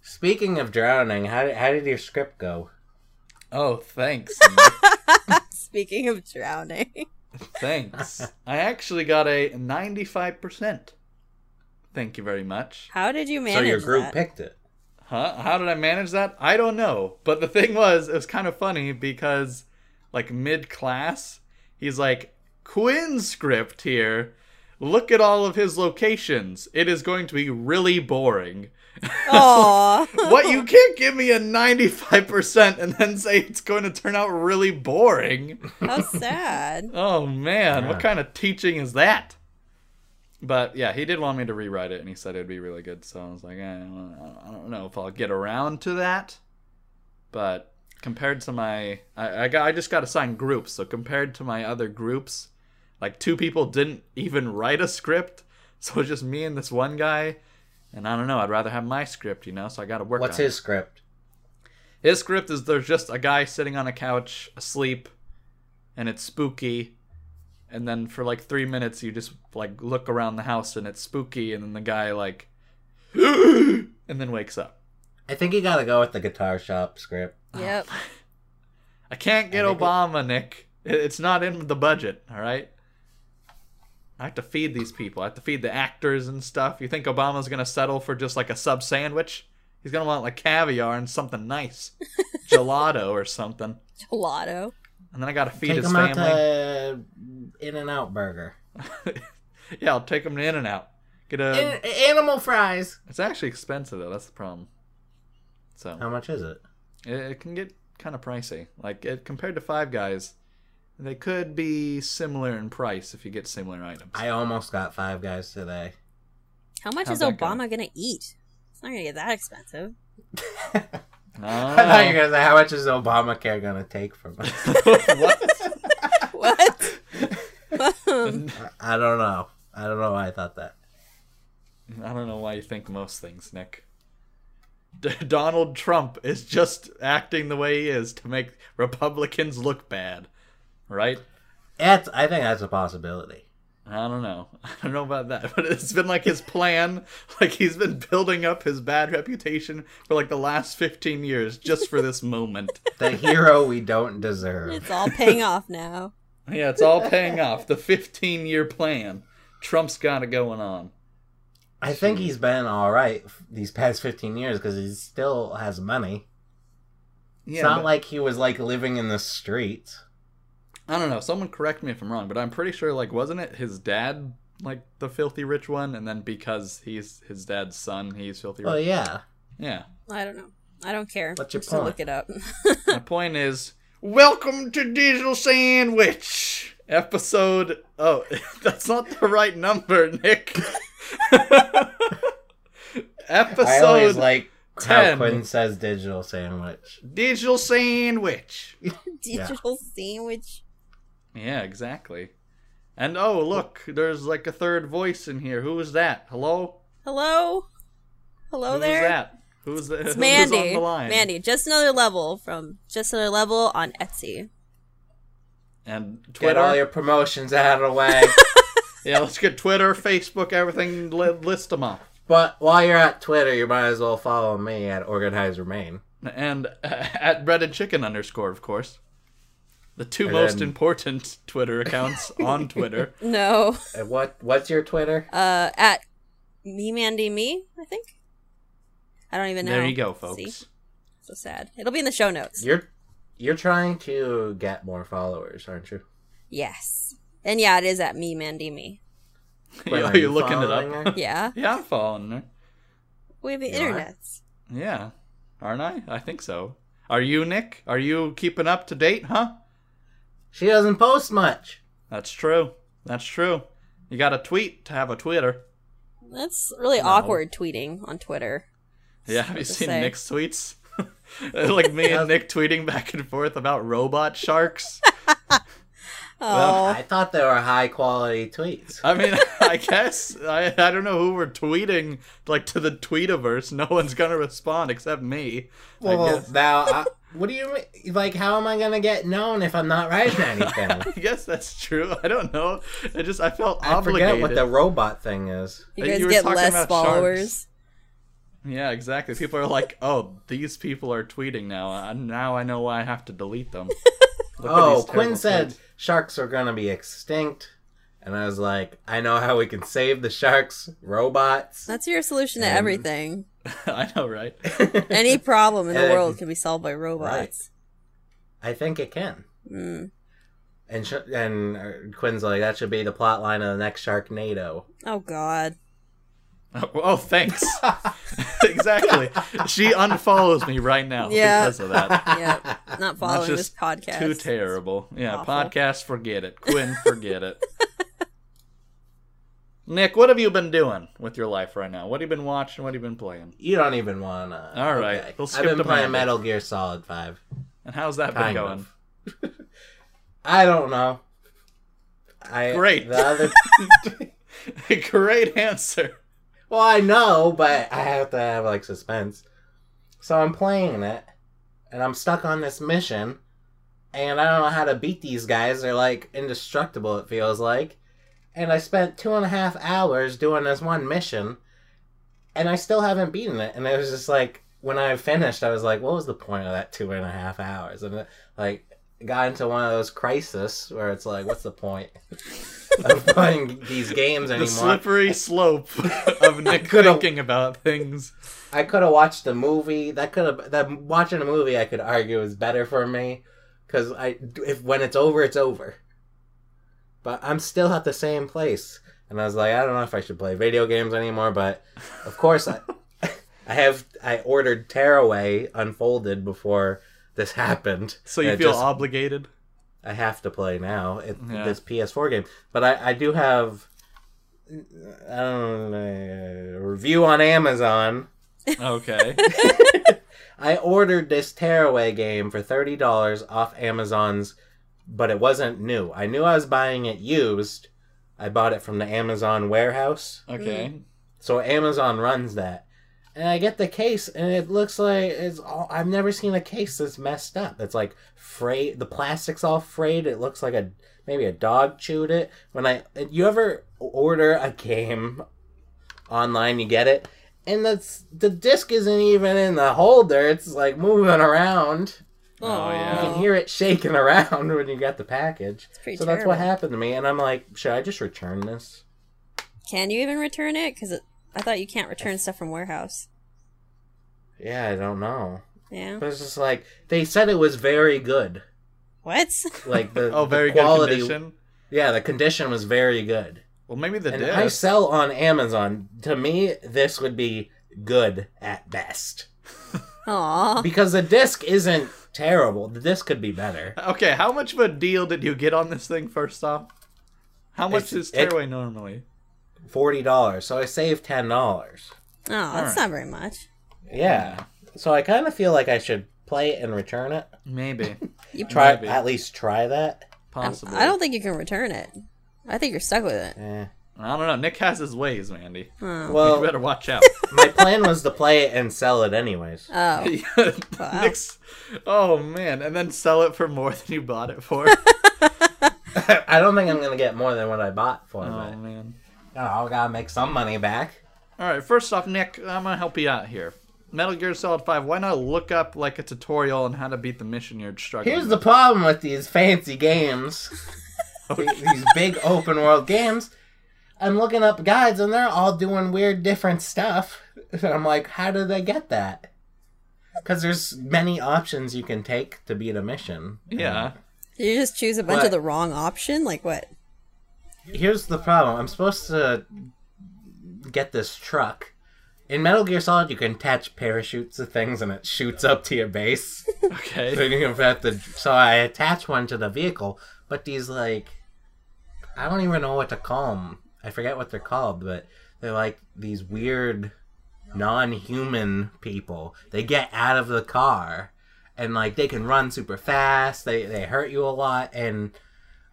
Speaking of drowning, how did, how did your script go? Oh, thanks. Speaking of drowning. thanks. I actually got a 95%. Thank you very much. How did you manage so your group that? picked it. Huh? How did I manage that? I don't know. But the thing was, it was kind of funny because, like, mid class, he's like, Quinn's script here. Look at all of his locations. It is going to be really boring. Aw. What? You can't give me a 95% and then say it's going to turn out really boring. How sad. Oh man, Yeah. what kind of teaching is that? But yeah, he did want me to rewrite it, and he said it would be really good. So I was like, eh, I don't know if I'll get around to that. But compared to my, I, I got, I just got assigned groups. So compared to my other groups, like two people didn't even write a script, so it's just me and this one guy. And I don't know. I'd rather have my script, you know. So I got to work. What's on it. his script? His script is there's just a guy sitting on a couch asleep, and it's spooky. And then for like three minutes, you just like look around the house and it's spooky, and then the guy like, and then wakes up. I think you gotta go with the guitar shop script. Yep. I can't get I think it- Obama, Nick. It- It's not in the budget. All right. I have to feed these people. I have to feed the actors and stuff. You think Obama's gonna settle for just like a sub sandwich? He's gonna want like caviar and something nice, gelato or something. Gelato. And then I gotta feed Take his him family. out to In and Out Burger. yeah, I'll take them to In and Out. Get a. An- animal fries. It's actually expensive though. That's the problem. So How much is it? it, it can get kind of pricey. Like it, compared to Five Guys, they could be similar in price if you get similar items. I almost got Five Guys today. How much How'd is that go? Obama gonna eat? It's not gonna get that expensive. I thought you were gonna say how much is Obamacare gonna take from us? what? What? Um, I don't know. I don't know why I thought that. I don't know why you think most things, Nick. D- Donald Trump is just acting the way he is to make Republicans look bad, right? That's I think that's a possibility. I don't know. I don't know about that, but it's been like his plan. Like he's been building up his bad reputation for like the last 15 years just for this moment. The hero we don't deserve. it's all paying off now. Yeah, it's all paying off. The 15 year plan. Trump's got it going on. I think he's been all right f- these past fifteen years because he still has money. Yeah, It's not but- like he was like living in the streets. I don't know. Someone correct me if I'm wrong, but I'm pretty sure like wasn't it his dad like the filthy rich one and then because he's his dad's son, he's filthy Well, rich. Oh, yeah. Yeah. I don't know. I don't care. What's your Just to point? Look it up. My point is, welcome to Digital Sandwich episode. Oh, that's not the right number, Nick. I always episode like how 10. Quinn says digital sandwich. Digital Sandwich. Digital sandwich. Yeah, exactly. And oh, look, there's like a third voice in here. Who is that? Hello. Hello. Hello Who's Oh, there. that? Who's, the, It's who's on Mandy. the line? Mandy, just another level from just another level on Etsy. And Get all Twitter. your promotions out of the way. yeah, let's get Twitter, Facebook, everything. li- List them off. but while you're at Twitter, you might as well follow me at Organize Remain. and uh, at breaded chicken underscore of course the two And most then- important twitter accounts on twitter No. And Uh, what what's your Twitter? Uh, at me Mandy me. I think. I don't even know. there you go See? folks So sad. It'll be in the show notes. You're you're trying to get more followers, aren't you? Yes. And yeah, it is at me Mandy me. Yo, Are you're you looking it following up her? Yeah. yeah i'm following her We have the You are? internets. yeah aren't i i think so are you nick are you keeping up to date huh She doesn't post much. that's true that's true you got to tweet to have a twitter That's really awkward tweeting on Twitter. Yeah, have you to seen say. Nick's tweets? like me and Nick tweeting back and forth about robot sharks. Oh, I thought they were high quality tweets. I mean, I guess I, I don't know who we're tweeting like to the tweetiverse. No one's gonna respond except me. I Well, guess, now, I, what do you mean? Like, how am I gonna get known if I'm not writing anything? I guess that's true. I don't know. I just I felt I obligated. forget what the robot thing is. you Uh, guys you were get talking less about followers. Yeah, exactly. People are like, "Oh, these people are tweeting now. Uh, Now I know why I have to delete them." Look at Oh, these terrible Quinn said tweets. sharks are gonna be extinct, and I was like, I know how we can save the sharks, robots. That's your solution to Um, everything. "I know, right?" Any problem in the and- world can be solved by robots. I think it can. Mm. And sh- and uh, Quinn's like, that should be the plot line of the next Sharknado. Oh God. Oh, oh, thanks. exactly. She unfollows me right now Yeah. because of that. Yeah. Not following this just podcast. Too terrible. Yeah, Awful. podcast, forget it. Quinn, forget it. Nick, what have you been doing with your life right now? What have you been watching? What have you been playing? You don't even wanna. All right, we'll skip I've been to playing Amanda. Metal Gear Solid Five. And how's that Kind been going? of. I don't know. I Great. The other. Great answer. well, I know, but I have to have like suspense. So I'm playing it, and I'm stuck on this mission, and I don't know how to beat these guys. They're like indestructible. It feels like, and I spent two and a half hours doing this one mission, and I still haven't beaten it. And it was just like when I finished, I was like, "What was the point of that two and a half hours?" And it, like got into one of those crises where it's like, "What's the point of playing these games The anymore?" slippery slope of Nick Could've- thinking about things. I could have watched a movie. That could have that watching a movie. I could argue is better for me because I if when it's over, it's over. But I'm still at the same place, and I was like, I don't know if I should play video games anymore. But of course, I I have I ordered Tearaway Unfolded before this happened. So you And it feel just- obligated? I have to play now it, Yeah. this PS4 game. But I, I do have I don't know, a review on Amazon. Okay. I ordered this tearaway game for thirty dollars off Amazon's, but it wasn't new. I knew I was buying it used. I bought it from the Amazon warehouse, Okay. Mm. so Amazon runs that. And I get the case, and it looks like it's all. I've never seen a case that's messed up. It's like frayed. The plastic's all frayed. It looks like a maybe a dog chewed it. When I you ever order a game online, you get it, and that's the disc isn't even in the holder. It's like moving around. Oh, yeah. You Aw. can hear it shaking around when you got the package. It's pretty so that's what terrible. happened to me, and I'm like, should I just return this? Can you even return it? Because I thought you can't return stuff from warehouse. Yeah, I don't know. Yeah. But it's just like they said it was very good. What? Like the Oh, the very quality, good condition. Yeah, the condition was very good. Well, maybe the and disc. I sell on Amazon. To me, this would be good at best Aw. because the disc isn't terrible. The disc could be better. Okay, how much of a deal did you get on this thing first off? How much It's- is it- tearaway normally? Forty dollars, so I saved ten dollars. Oh, that's not very much. Yeah, so I kind of feel like I should play it and return it. Maybe, You Try Maybe. at least try that. I'm- possibly. I don't think you can return it. I think you're stuck with it. Eh. I don't know. Nick has his ways, Mandy. Oh. you Well, better watch out. my plan was to play it and sell it anyways. Oh. Wow. Nick's. Oh man, and then sell it for more than you bought it for. I don't think I'm gonna get more than what I bought for oh it. man. Oh, I gotta make some money back. All right. First off, Nick, I'm gonna help you out here. Metal Gear Solid Five. Why not look up like a tutorial on how to beat the mission you're struggling? Here's with? the problem with these fancy games, Th- these big open world games. I'm looking up guides and they're all doing weird, different stuff. And I'm like, how did they get that? Because there's many options you can take to beat a mission. Yeah. Did you just choose a bunch What? of the wrong option? Like what? Here's the problem. I'm supposed to get this truck. In Metal Gear Solid, you can attach parachutes to things and it shoots up to your base. Okay. So you have to. So I attach one to the vehicle, but these like, I don't even know what to call them. I forget what they're called, but they're like these weird non-human people. They get out of the car and like they can run super fast. They they hurt you a lot and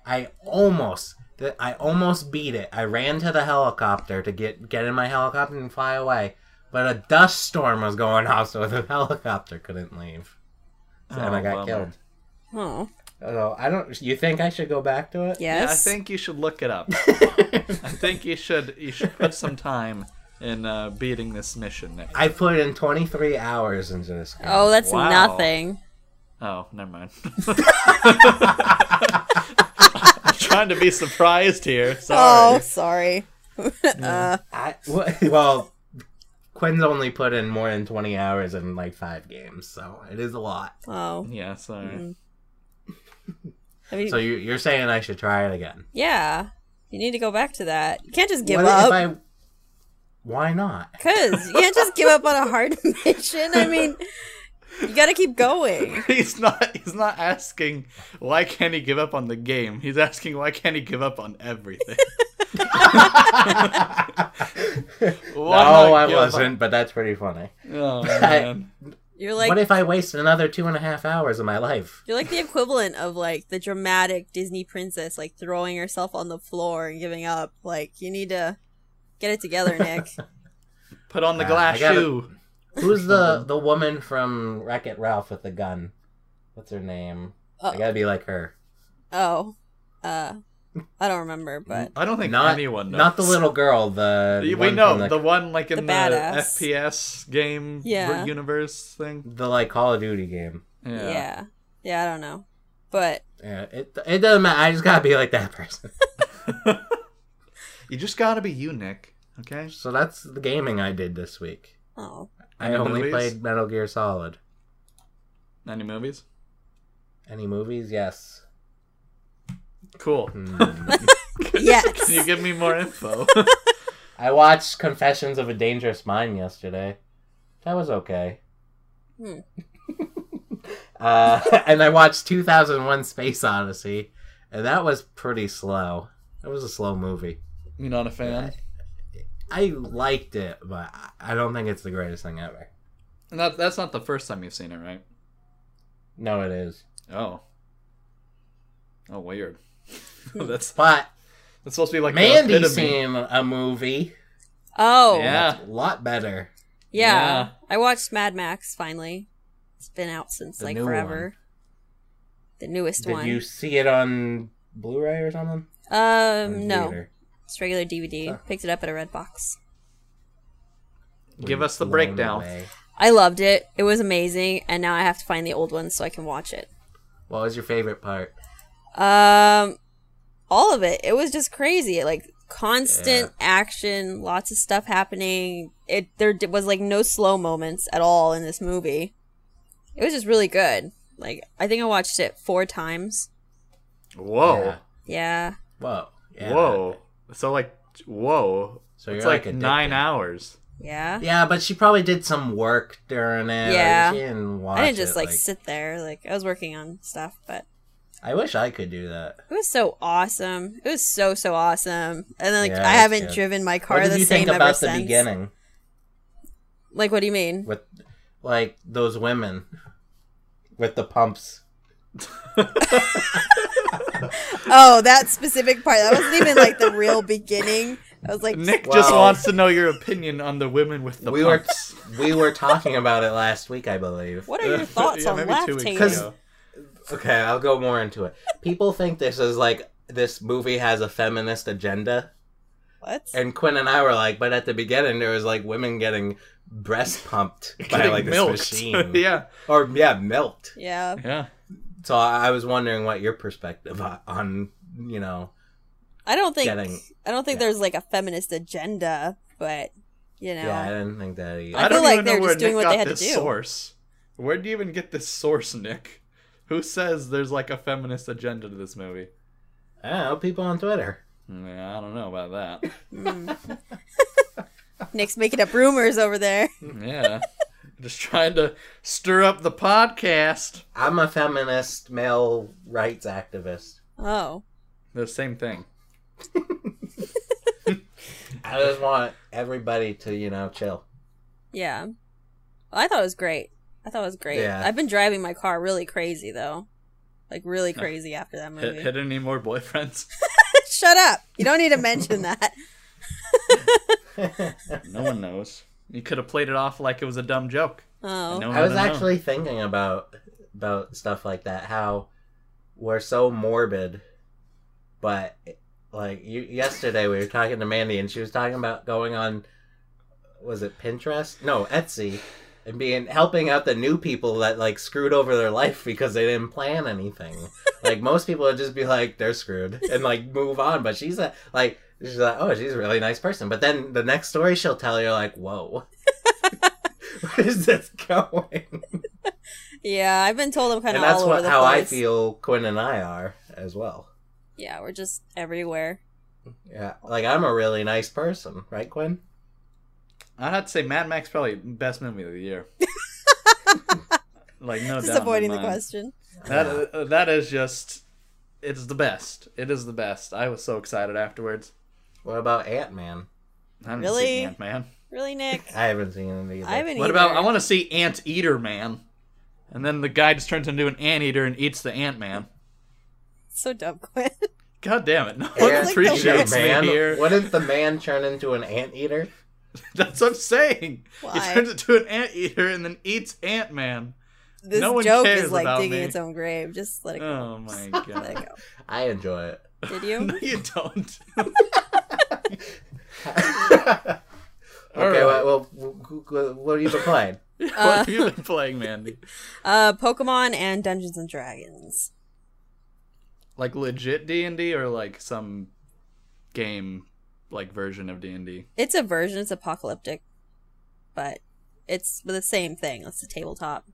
I almost th- I almost beat it. I ran to the helicopter to get get in my helicopter and fly away, but a dust storm was going off so the helicopter couldn't leave. So- and Oh, I got bummer. killed. Oh, Oh, I don't you think I should go back to it? Yeah, I yes. think you should look it up. I think you should you should put some time in uh, beating this mission. Nick. I put in 23 hours into this game. oh, that's Wow. nothing. Oh, never mind. I'm trying to be surprised here. Oh, Sorry. sorry. I, well, Quinn's only put in more than 20 hours in like five games, so it is a lot. Oh, Yeah, sorry. I mean, So you, you're saying I should try it again? yeah, you need to go back to that. You can't just give What up. If I, why not? Cause you can't just give up on a hard mission. I mean, you gotta keep going. He's not he's not asking why can't he give up on the game. He's asking why can't he give up on everything. No, Why not I give up wasn't, but that's pretty funny. on- Oh man. You're like what if I waste another two and a half hours of my life? you're like the equivalent of like the dramatic Disney princess, like throwing herself on the floor and giving up. Like you need to get it together, Nick. Put on the Uh, glass I gotta- shoe. Who's the the woman from Wreck It Ralph with the gun? What's her name? I oh, gotta be like her. oh, uh, I don't remember, but I don't think Not anyone knows. Not the little girl. The We one know from the, one like in The the, badass. FPS game Yeah. ver- universe thing. the like Call of Duty game. yeah. yeah, I don't know, but Yeah, it it doesn't matter. I just gotta be like that person. You just gotta be you, Nick. Okay. So that's the gaming I did this week. oh, I Any only movies? played Metal Gear Solid. Any movies? Any movies? Yes. Cool. Hmm. yes, Can you give me more info? I watched Confessions of a Dangerous Mind yesterday. That was okay. Hmm. uh, and I watched 2001: Space Odyssey, and that was pretty slow. That was a slow movie. You're not a fan. I liked it, but I- I don't think it's the greatest thing ever. And that, that's not the first time you've seen it, right? No, it is. Oh. Oh, weird. Hmm. that's But that's supposed to be like the Mandy epitome. seen a movie. oh, Yeah. That's a lot better. Yeah. Yeah. I watched Mad Max finally. It's been out since The like new forever. The newest Did one. you see it on Blu-ray or something? Or Um no. theater? It's regular DVD. Huh. Picked it up at a red box. Were Give you us the blown breakdown. away? I loved it. It was amazing and now I have to find the old one so I can watch it. What was your favorite part? Um all of it. It was just crazy. Like constant action, lots of stuff happening. It there d- was like no slow moments at all in this movie. It was just really good. Like I think I watched it 4 times. Whoa. Yeah. Yeah. Whoa. Yeah, whoa. So like whoa. So it's you're, like, like, nine addicted. hours. Yeah. that- Yeah, but she probably did some work during it. or Yeah. She didn't watch I didn't just it, like, sit there. Like I was working on stuff, but I wish I could do that. it was so awesome. It was so so awesome. And then like Yeah, I it's haven't good. driven my what car did the you same think ever about the since. beginning Like what do you mean? with like those women with the pumps? Oh, that specific part. That wasn't even like the real beginning. I was like, Nick just Wow. wants to know your opinion on the women with the we pumps. were we were talking about it last week, I believe. what are your thoughts Yeah, on maybe two weeks lactating? ago. Okay, I'll go more into it. People think this is like this movie has a feminist agenda, What? and Quinn and I were like, but at the beginning there was like women getting breast pumped by Getting like this milked. machine, yeah. or yeah, milked. Yeah. Yeah. So I I was wondering what your perspective o- on you know I don't think Getting- I don't think there's like a feminist agenda, but you know. yeah I didn't think that either. I I, feel don't like even know they're where just doing Nick what got they had to this do. source. Where do you even get this source, Nick? Who says there's like a feminist agenda to this movie? I don't know people on Twitter. Yeah, I don't know about that. Hmm. Nick's making up rumors over there. yeah. Just trying to stir up the podcast. I'm a feminist male rights activist. Oh. The same thing. I just want everybody to you know chill. Yeah. Well, I thought it was great. I thought it was great. Yeah. I've been driving my car really crazy though. Like really crazy after that Hit, movie. hit any more boyfriends? Shut up. You don't need to mention that. no one knows. You could have played it off like it was a dumb joke. Oh. No one I was would've known. actually thinking about about stuff like that. How we're so morbid, but like you, yesterday we were talking to Mandy and she was talking about going on, was it Pinterest? No, Etsy, and being helping out the new people that like screwed over their life because they didn't plan anything. like most people would just be like they're screwed and like move on, but she's a, like. She's like, oh, she's a really nice person. But then the next story she'll tell you, like, whoa, where is this going? Yeah, I've been told I'm kind and of that's all over what the how I place. feel Quinn and I are as well. Yeah, we're just everywhere. Yeah, like I'm a really nice person, right, Quinn? I'd have to say Mad Max probably best movie of the year. like no just doubt in avoiding the mind. question. That Yeah. uh, that is just it's the best. It is the best. I was so excited afterwards. What about Ant Man? I didn't Really? see Ant Man. Really, Nick? I haven't seen it either. I haven't What either. about I want to see Ant Eater Man, and then the guy just turns into an anteater and eats the Ant Man. so dumb, Quinn. God damn it! No Ant one It's like the appreciates worst. me Man. here. Wouldn't the man turn into an anteater? That's what I'm saying. He Why? turns into an anteater and then eats Ant Man. This No one joke cares is like about digging me. its own grave. Just let it go. Oh my Let god! it go. I enjoy it. Did you? no, you don't. okay, All right. well, well, wh- wh- what have you been playing? what have you been playing, Mandy? Uh, Pokemon and Dungeons and Dragons. Like legit D and D or like some game like version of D and D? It's a version. It's apocalyptic, but it's the same thing. It's a tabletop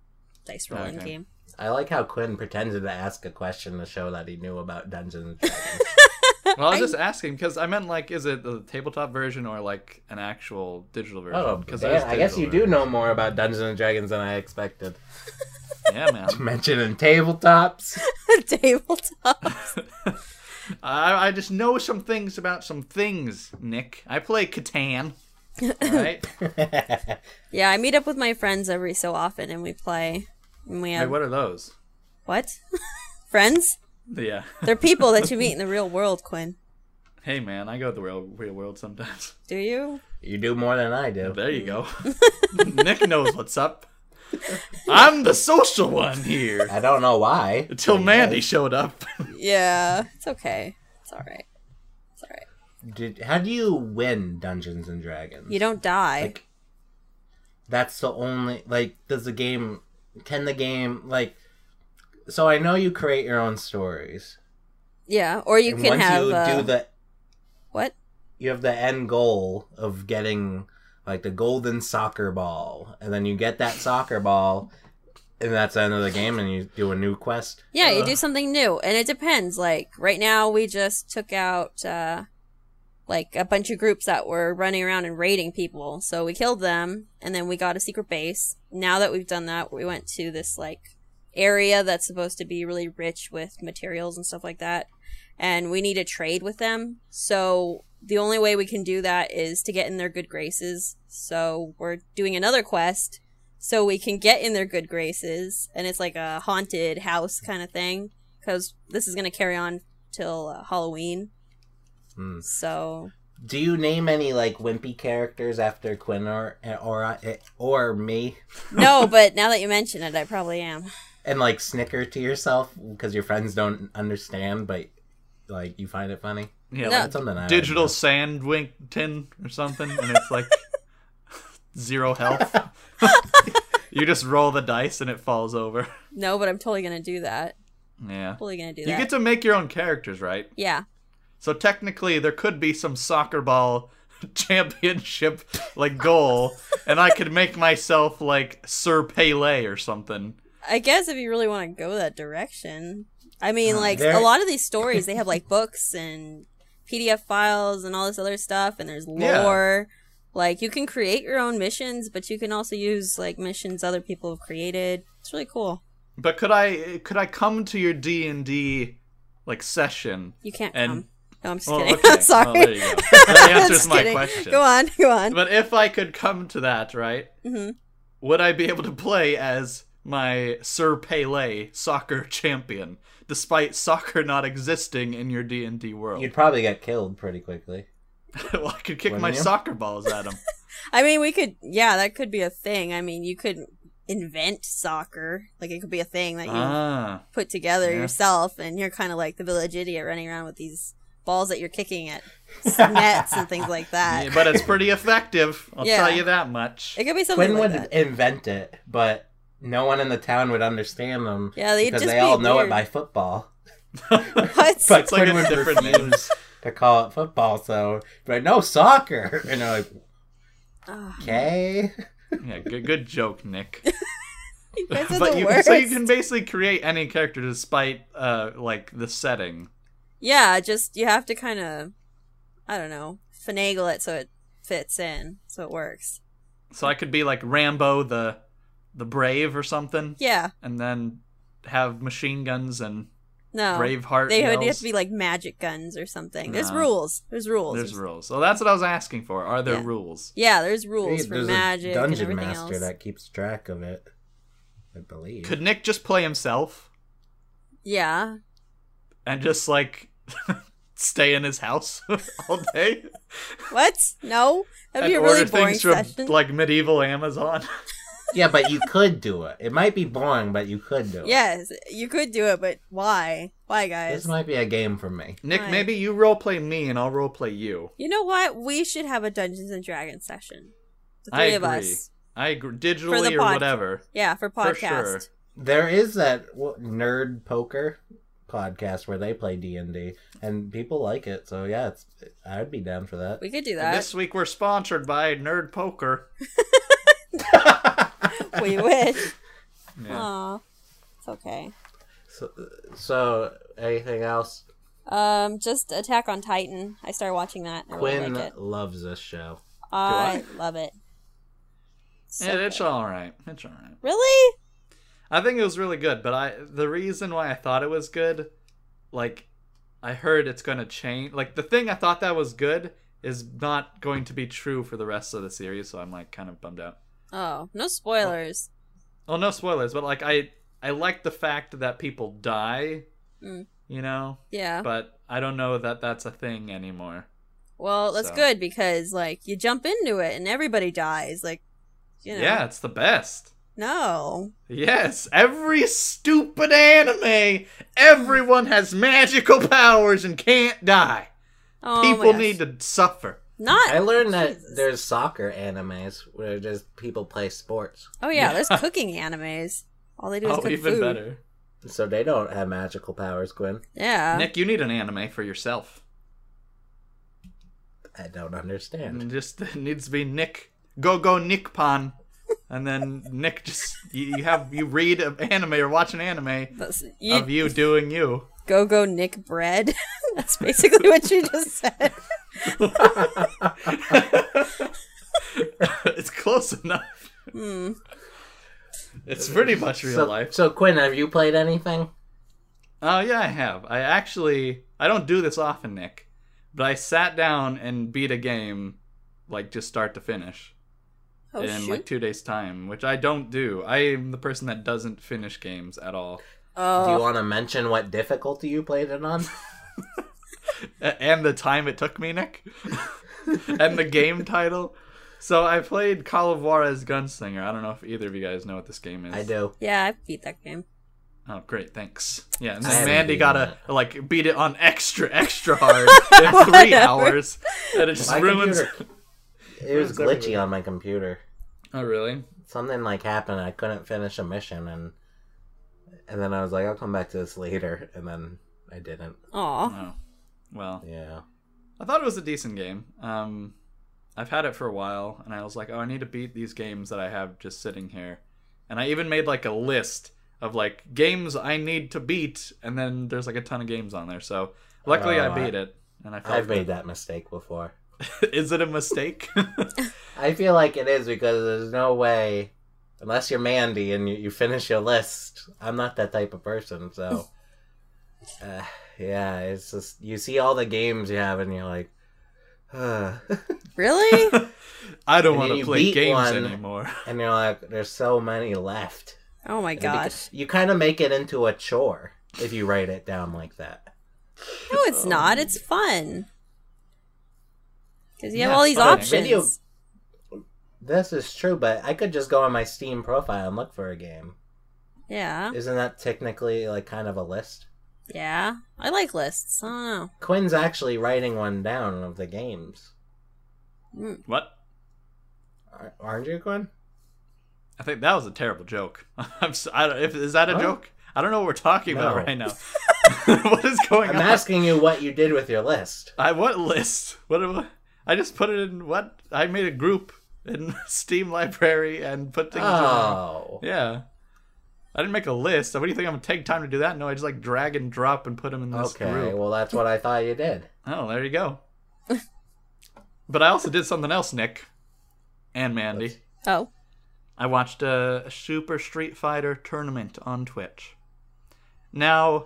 dice rolling Oh, Okay. game. I like how Quinn pretended to ask a question to show that he knew about Dungeons and Dragons. Well, I was just asking because I meant like, is it the tabletop version or like an actual digital version? oh, 'Cause man, there's I guess digital you do know more about Dungeons and Dragons than I expected. version. Yeah, man. Mentioning tabletops. tabletop. I, I just know some things about some things, Nick. I play Catan. All right. Yeah, I meet up with my friends every so often, and we play. And we Wait, have what are those? what? friends? Yeah. They're people that you meet in the real world, Quinn. hey, man, I go to the real, real world sometimes. Do you? You do more than I do. There you go. Nick knows what's up. I'm the social one here. I don't know why. Until Mandy showed up. Yeah, it's okay. It's all right. It's all right. Did, how do you win Dungeons and Dragons? You don't die. Like, that's the only like. Does the game? Can the game like? So I know you create your own stories. yeah, or you and can once have you uh, do the, what? you have the end goal of getting like the golden soccer ball, and then you get that soccer ball, and that's the end of the game, and you do a new quest. Yeah, you Uh. do something new, and it depends. Like right now, we just took out uh, like a bunch of groups that were running around and raiding people. So we killed them, and then we got a secret base. Now that we've done that, we went to this like area that's supposed to be really rich with materials and stuff like that, and we need to trade with them. So the only way we can do that is to get in their good graces. So we're doing another quest so we can get in their good graces and it's like a haunted house kind of thing because this is going to carry on till uh, halloween Hmm. so Do you name any like wimpy characters after Quinn or or or me? no but now that you mention it i probably am and like snicker to yourself because your friends don't understand, but like you find it funny. Yeah, No. like That's something I digital sandwington or something, and it's like zero health. you just roll the dice and it falls over. no but i'm totally going to do that Yeah. totally going to do You that get to make your own characters, right? yeah So technically, there could be some soccer ball championship like goal, and I could make myself like Sir Pele or something. i guess if you really want to go that direction i mean Uh, like there- a lot of these stories they have like books and pdf files and all this other stuff and there's Yeah. lore like you can create your own missions but you can also use like missions other people have created it's really cool But could I could I come to your D and D like session You can't and come. No, I'm just Well, kidding. okay. I'm sorry. Well, there you go. That I'm answers just my kidding. question. Go on, go on. But if I could come to that, right? hmm Would I be able to play as my Sir Pele soccer champion, despite soccer not existing in your D and D world? You'd probably get killed pretty quickly. well, I could kick Wouldn't my you? soccer balls at him. I mean, we could, yeah, that could be a thing. I mean, you could invent soccer. Like, it could be a thing that you ah, put together yeah. yourself, and you're kind of like the village idiot running around with these balls that you're kicking at s- nets and things like that. yeah, but it's pretty effective. I'll Yeah. tell you that much. It could be something Quinn like would that. invent it, but no one in the town would understand them Yeah, they'd because just they be all know it weird. by football. What? But It's like Quinn a would different refuse news. to call it football, so but no soccer, and they're like, Ugh, okay. Yeah, good, good joke, Nick. you guys are but the you worst. so you can basically create any character despite uh like the setting. Yeah, just you have to kind of, I don't know, finagle it so it fits in, so it works. So I could be like Rambo the the Brave or something, Yeah, and then have machine guns and no, Braveheart. they would yells. have to be like magic guns or something. There's No. rules. There's rules. There's rules. So that's what I was asking for. Are there Yeah. rules? yeah, there's rules for There's magic a and dungeon everything master else. that keeps track of it. I believe. Could Nick just play himself Yeah, and just like stay in his house all day what? No, that'd and be a order really boring things from session. like medieval Amazon? yeah, but you could do it. It might be boring, but you could do it. Yes, you could do it, but why? Why, This guys? might be a game for me. Nick, Right. maybe you roleplay me and I'll roleplay you. You know what? We should have a Dungeons and Dragons session. The three I of agree. us. I agree. Digitally or pod- whatever. Yeah, for For podcast. sure. There is that wh- nerd poker podcast where they play D and D, and people like it. So yeah, it's, I'd be down for that. We could do And that. This week we're sponsored by Nerd Poker. we wish. Yeah. Aw. It's okay. so, so, anything else? Um, just Attack on Titan. I started watching that. and I really Quinn like it. loves this show. I love it. So Yeah, it's good. all right. It's all right. Really? I think it was really good, but I the reason why I thought it was good, like I heard it's going to change. Like the thing I thought that was good is not going to be true for the rest of the series, so I'm like kind of bummed out. Oh, no spoilers. Oh, no spoilers, but like I I like the fact that people die, Mm. you know, Yeah. but I don't know that that's a thing anymore. Well, that's So. good because like you jump into it and everybody dies. Like, you know. Yeah, it's the best. No. Yes, every stupid anime, everyone has magical powers and can't die. Oh, my People gosh. need to suffer. not. I learned that Jesus. there's soccer animes where just people play sports, Oh yeah, there's Yeah. cooking animes. All they do is Oh, cook even food. better. so they don't have magical powers. Quinn, Yeah. Nick, you need an anime for yourself. I don't understand. And just it needs to be Nick Go Go Nickpon. And then Nick just you, you have you read an anime or watch an anime That's- you of you doing you. go go Nick bread. That's basically what you just said. it's close enough. Hmm. It's pretty much real so, life. so Quinn, have you played anything? Oh yeah, I have. I actually I don't do this often, Nick, but I sat down and beat a game, like just start to finish, Oh in shoot. like two days time, which I don't do. I am the person that doesn't finish games at all, Do you oh. want to mention what difficulty you played it on? A- and the time it took me, Nick, and the game title. So I played Call of Juarez Gunslinger. I don't know if either of you guys know what this game is. I do. Yeah, I beat that game. Oh, great, thanks. Yeah, and I haven't then Mandy beaten got to like beat it on extra, extra hard in three Whatever. hours, and it just My ruins. computer- It was Ruins glitchy everything. on my computer. Oh, really? Something like happened. I couldn't finish a mission, and and then I was like, I'll come back to this later, and then I didn't. Aw. Oh, well. Yeah. I thought it was a decent game. Um, I've had it for a while, and I was like, oh, I need to beat these games that I have just sitting here. And I even made like a list of like games I need to beat, and then there's like a ton of games on there. So luckily, Oh, I beat it, and I felt I've made that mistake before. good. Is it a mistake? I feel like it is because there's no way, unless you're Mandy and you, you finish your list. I'm not that type of person, so. Uh, yeah, it's just you see all the games you have, and you're like, Ugh. Really? I don't And want you to play beat games one. anymore. and you're like, there's so many left. oh my And it beca- gosh. you kind of make it into a chore if you write it down like that. No, it's not. It's fun. Because you have Yeah, all these fun. options. Video- This is true, but I could just go on my Steam profile and look for a game. Yeah. Isn't that technically like kind of a list? Yeah. I like lists. I don't know. Quinn's actually writing one down of the games. Mm. What? Ar- Aren't you, Quinn? I think that was a terrible joke. I'm so, I don't, if, is that a Huh? joke? I don't know what we're talking No. about right now. what is going I'm on? asking you what you did with your list. I what list? What am I? I just put it in what? I made a group in Steam library and put things. in there. Oh. Yeah. I didn't make a list. What do you think I'm gonna take time to do that? No, I just like drag and drop and put them in this Okay, group. well, that's what I thought you did. Oh, there you go. but I also did something else, Nick, and Mandy. Oh. I watched a Super Street Fighter tournament on Twitch. Now,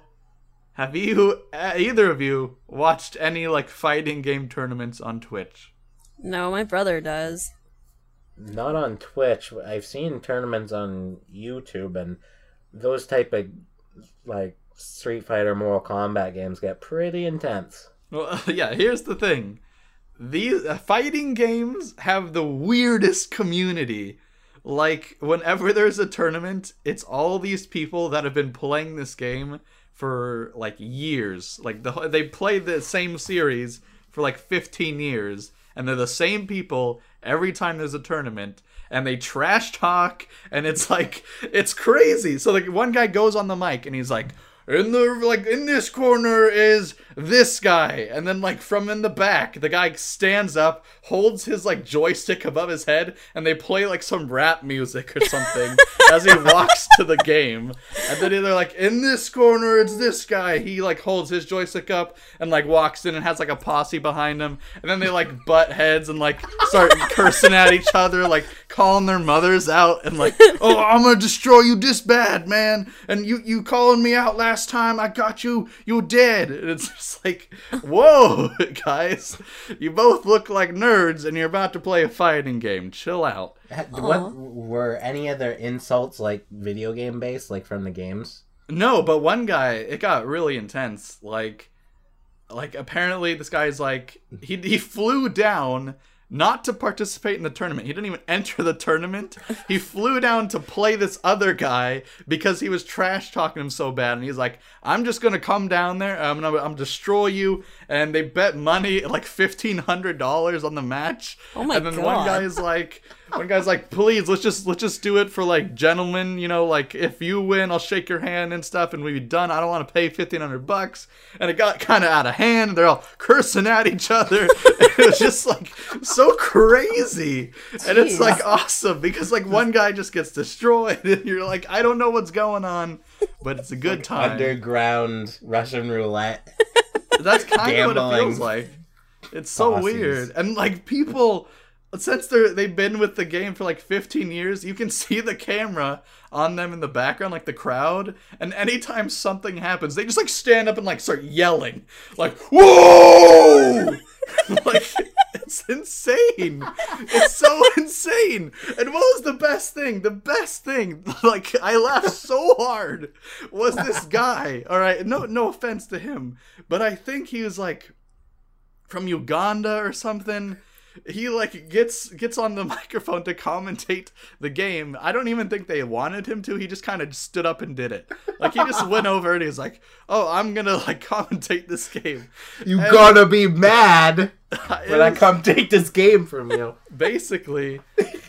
have you uh, either of you watched any like fighting game tournaments on Twitch? No, my brother does. Not on Twitch. but I've seen tournaments on YouTube, and those type of like Street Fighter, Mortal Kombat games get pretty intense. Well, yeah, here's the thing. These uh, fighting games have the weirdest community. Like whenever there's a tournament, it's all these people that have been playing this game for like years. Like the whole- they play the same series for like 15 years and they're the same people every time there's a tournament and they trash talk and it's like it's crazy so like one guy goes on the mic and he's like in the like in this corner is this guy and then like from in the back the guy stands up holds his like joystick above his head and they play like some rap music or something as he walks to the game and then they're like in this corner it's this guy he like holds his joystick up and like walks in and has like a posse behind him and then they like butt heads and like start cursing at each other like calling their mothers out and like oh i'm gonna destroy you this bad man and you you calling me out last time i got you you dead and it's just like whoa guys you both look like nerds and you're about to play a fighting game chill out Ha- What were any other insults like video game based, like from the games? No, but one guy, it got really intense. Like, like apparently this guy's like he he flew down not to participate in the tournament. He didn't even enter the tournament. He flew down to play this other guy because he was trash talking him so bad. And he's like, "I'm just gonna come down there. I'm gonna I'm destroy you." And they bet money like fifteen hundred dollars on the match. Oh my And then one God. guy is like, one guy's like, please, let's just let's just do it for like gentlemen, you know, like if you win, I'll shake your hand and stuff, and we be done. I don't want to pay fifteen hundred bucks. And it got kind of out of hand. They're all cursing at each other. it was just like so crazy, and it's Jeez. like awesome because like one guy just gets destroyed, and you're like, I don't know what's going on, but it's a good time. Underground Russian roulette. That's kind of what it Gambling. feels like. It's so Bosses. weird. And like people since they're they've been with the game for like 15 years, you can see the camera on them in the background, like the crowd. And anytime something happens, they just like stand up and like start yelling. Like, whoa! like it's insane. It's so insane. And what was the best thing? The best thing, like I laughed so hard, was this guy. All right, no, no offense to him, but I think he was like from Uganda or something. He like gets gets on the microphone to commentate the game. I don't even think they wanted him to. He just kind of stood up and did it. Like he just went over and he was like, "Oh, I'm gonna like commentate this game." You gotta be mad It when I was- come take this game from you. basically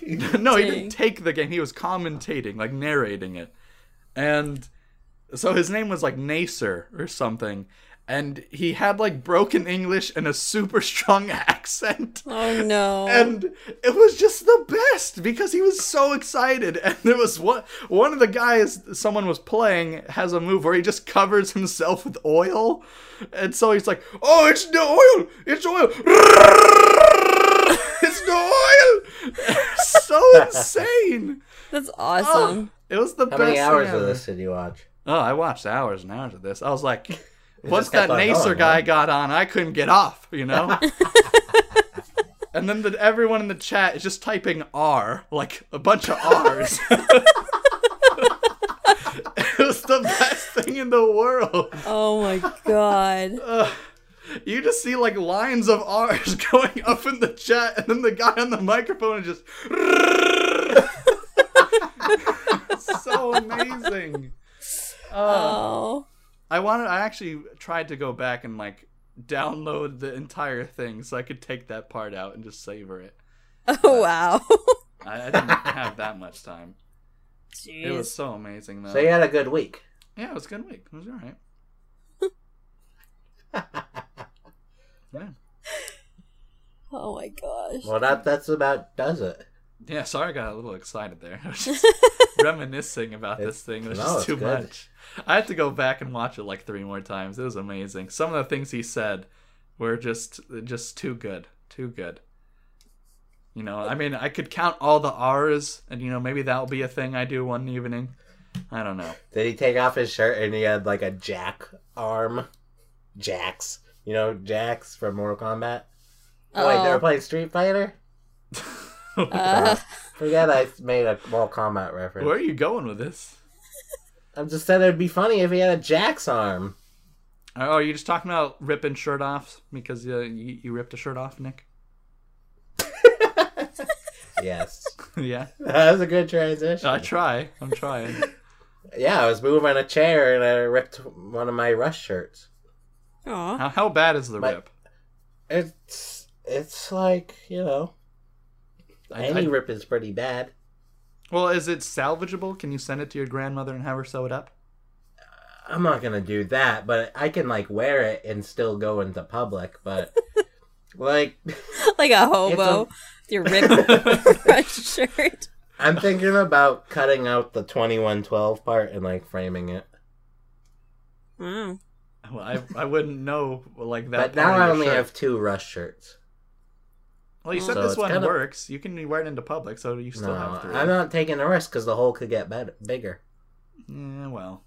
no he Dang. didn't take the game he was commentating like narrating it and so his name was like Nacer or something and he had like broken english and a super strong accent Oh no. and it was just the best because he was so excited and there was one one of the guys someone was playing has a move where he just covers himself with oil and so he's like oh it's the oil it's oil it's the oil It's so insane That's Oh, awesome. it was the How best many thing hours ever. of this did you watch? oh i watched hours and hours of this i was like It Once just kept that on Nacer going, guy right? got on, I couldn't get off, you know? and then the, everyone in the chat is just typing R, like a bunch of R's. it was the best thing in the world. Oh my god. Ugh. you just see like lines of R's going up in the chat, and then the guy on the microphone is just. It's so amazing. Ugh. Oh. I wanted. I actually tried to go back and like download the entire thing so I could take that part out and just savor it. Oh wow. I, I didn't have that much time. Jeez. It was so amazing though. So you had a good week. yeah, it was a good week. It was all right. yeah. Oh my gosh. Well, that that's about does it. Yeah. Sorry, I got a little excited there. I was just reminiscing about this thing. It was no, just it's too good. much. I had to go back and watch it like three more times. It was amazing. Some of the things he said were just just too good, too good. You know, I mean, I could count all the R's, and you know, maybe that'll be a thing I do one evening. I don't know. Did he take off his shirt and he had like a jack arm? Jacks. You know, Jacks from Mortal Kombat? Oh. Wait, they were Oh. playing Street Fighter? Uh, Forget I made a Mortal Kombat reference. Where are you going with this? I just said it'd be funny if he had a Jack's arm. Oh, are you just talking about ripping shirt off because uh, you, you ripped a shirt off, Nick? Yes. yeah, that was a good transition. I try. I'm trying. yeah, I was moving a chair and I ripped one of my Rush shirts. Uh, aw. How, how bad is the My- rip? It's it's like, you know, I- any I- rip is pretty bad. Well, is it salvageable? Can you send it to your grandmother and have her sew it up? I'm not gonna do that, but I can like wear it and still go into public, but like Like a hobo. It's With your ripped crushed shirt. I'm thinking about cutting out the 2112 part and like framing it. Wow. Well, I, I wouldn't know like that. but now part of I your only shirt. have two rush shirts. Well, you said So this it's one kinda- works. You can wear it into public, so you still no, have 3 I'm not taking a risk because the hole could get better, bigger. Yeah, well,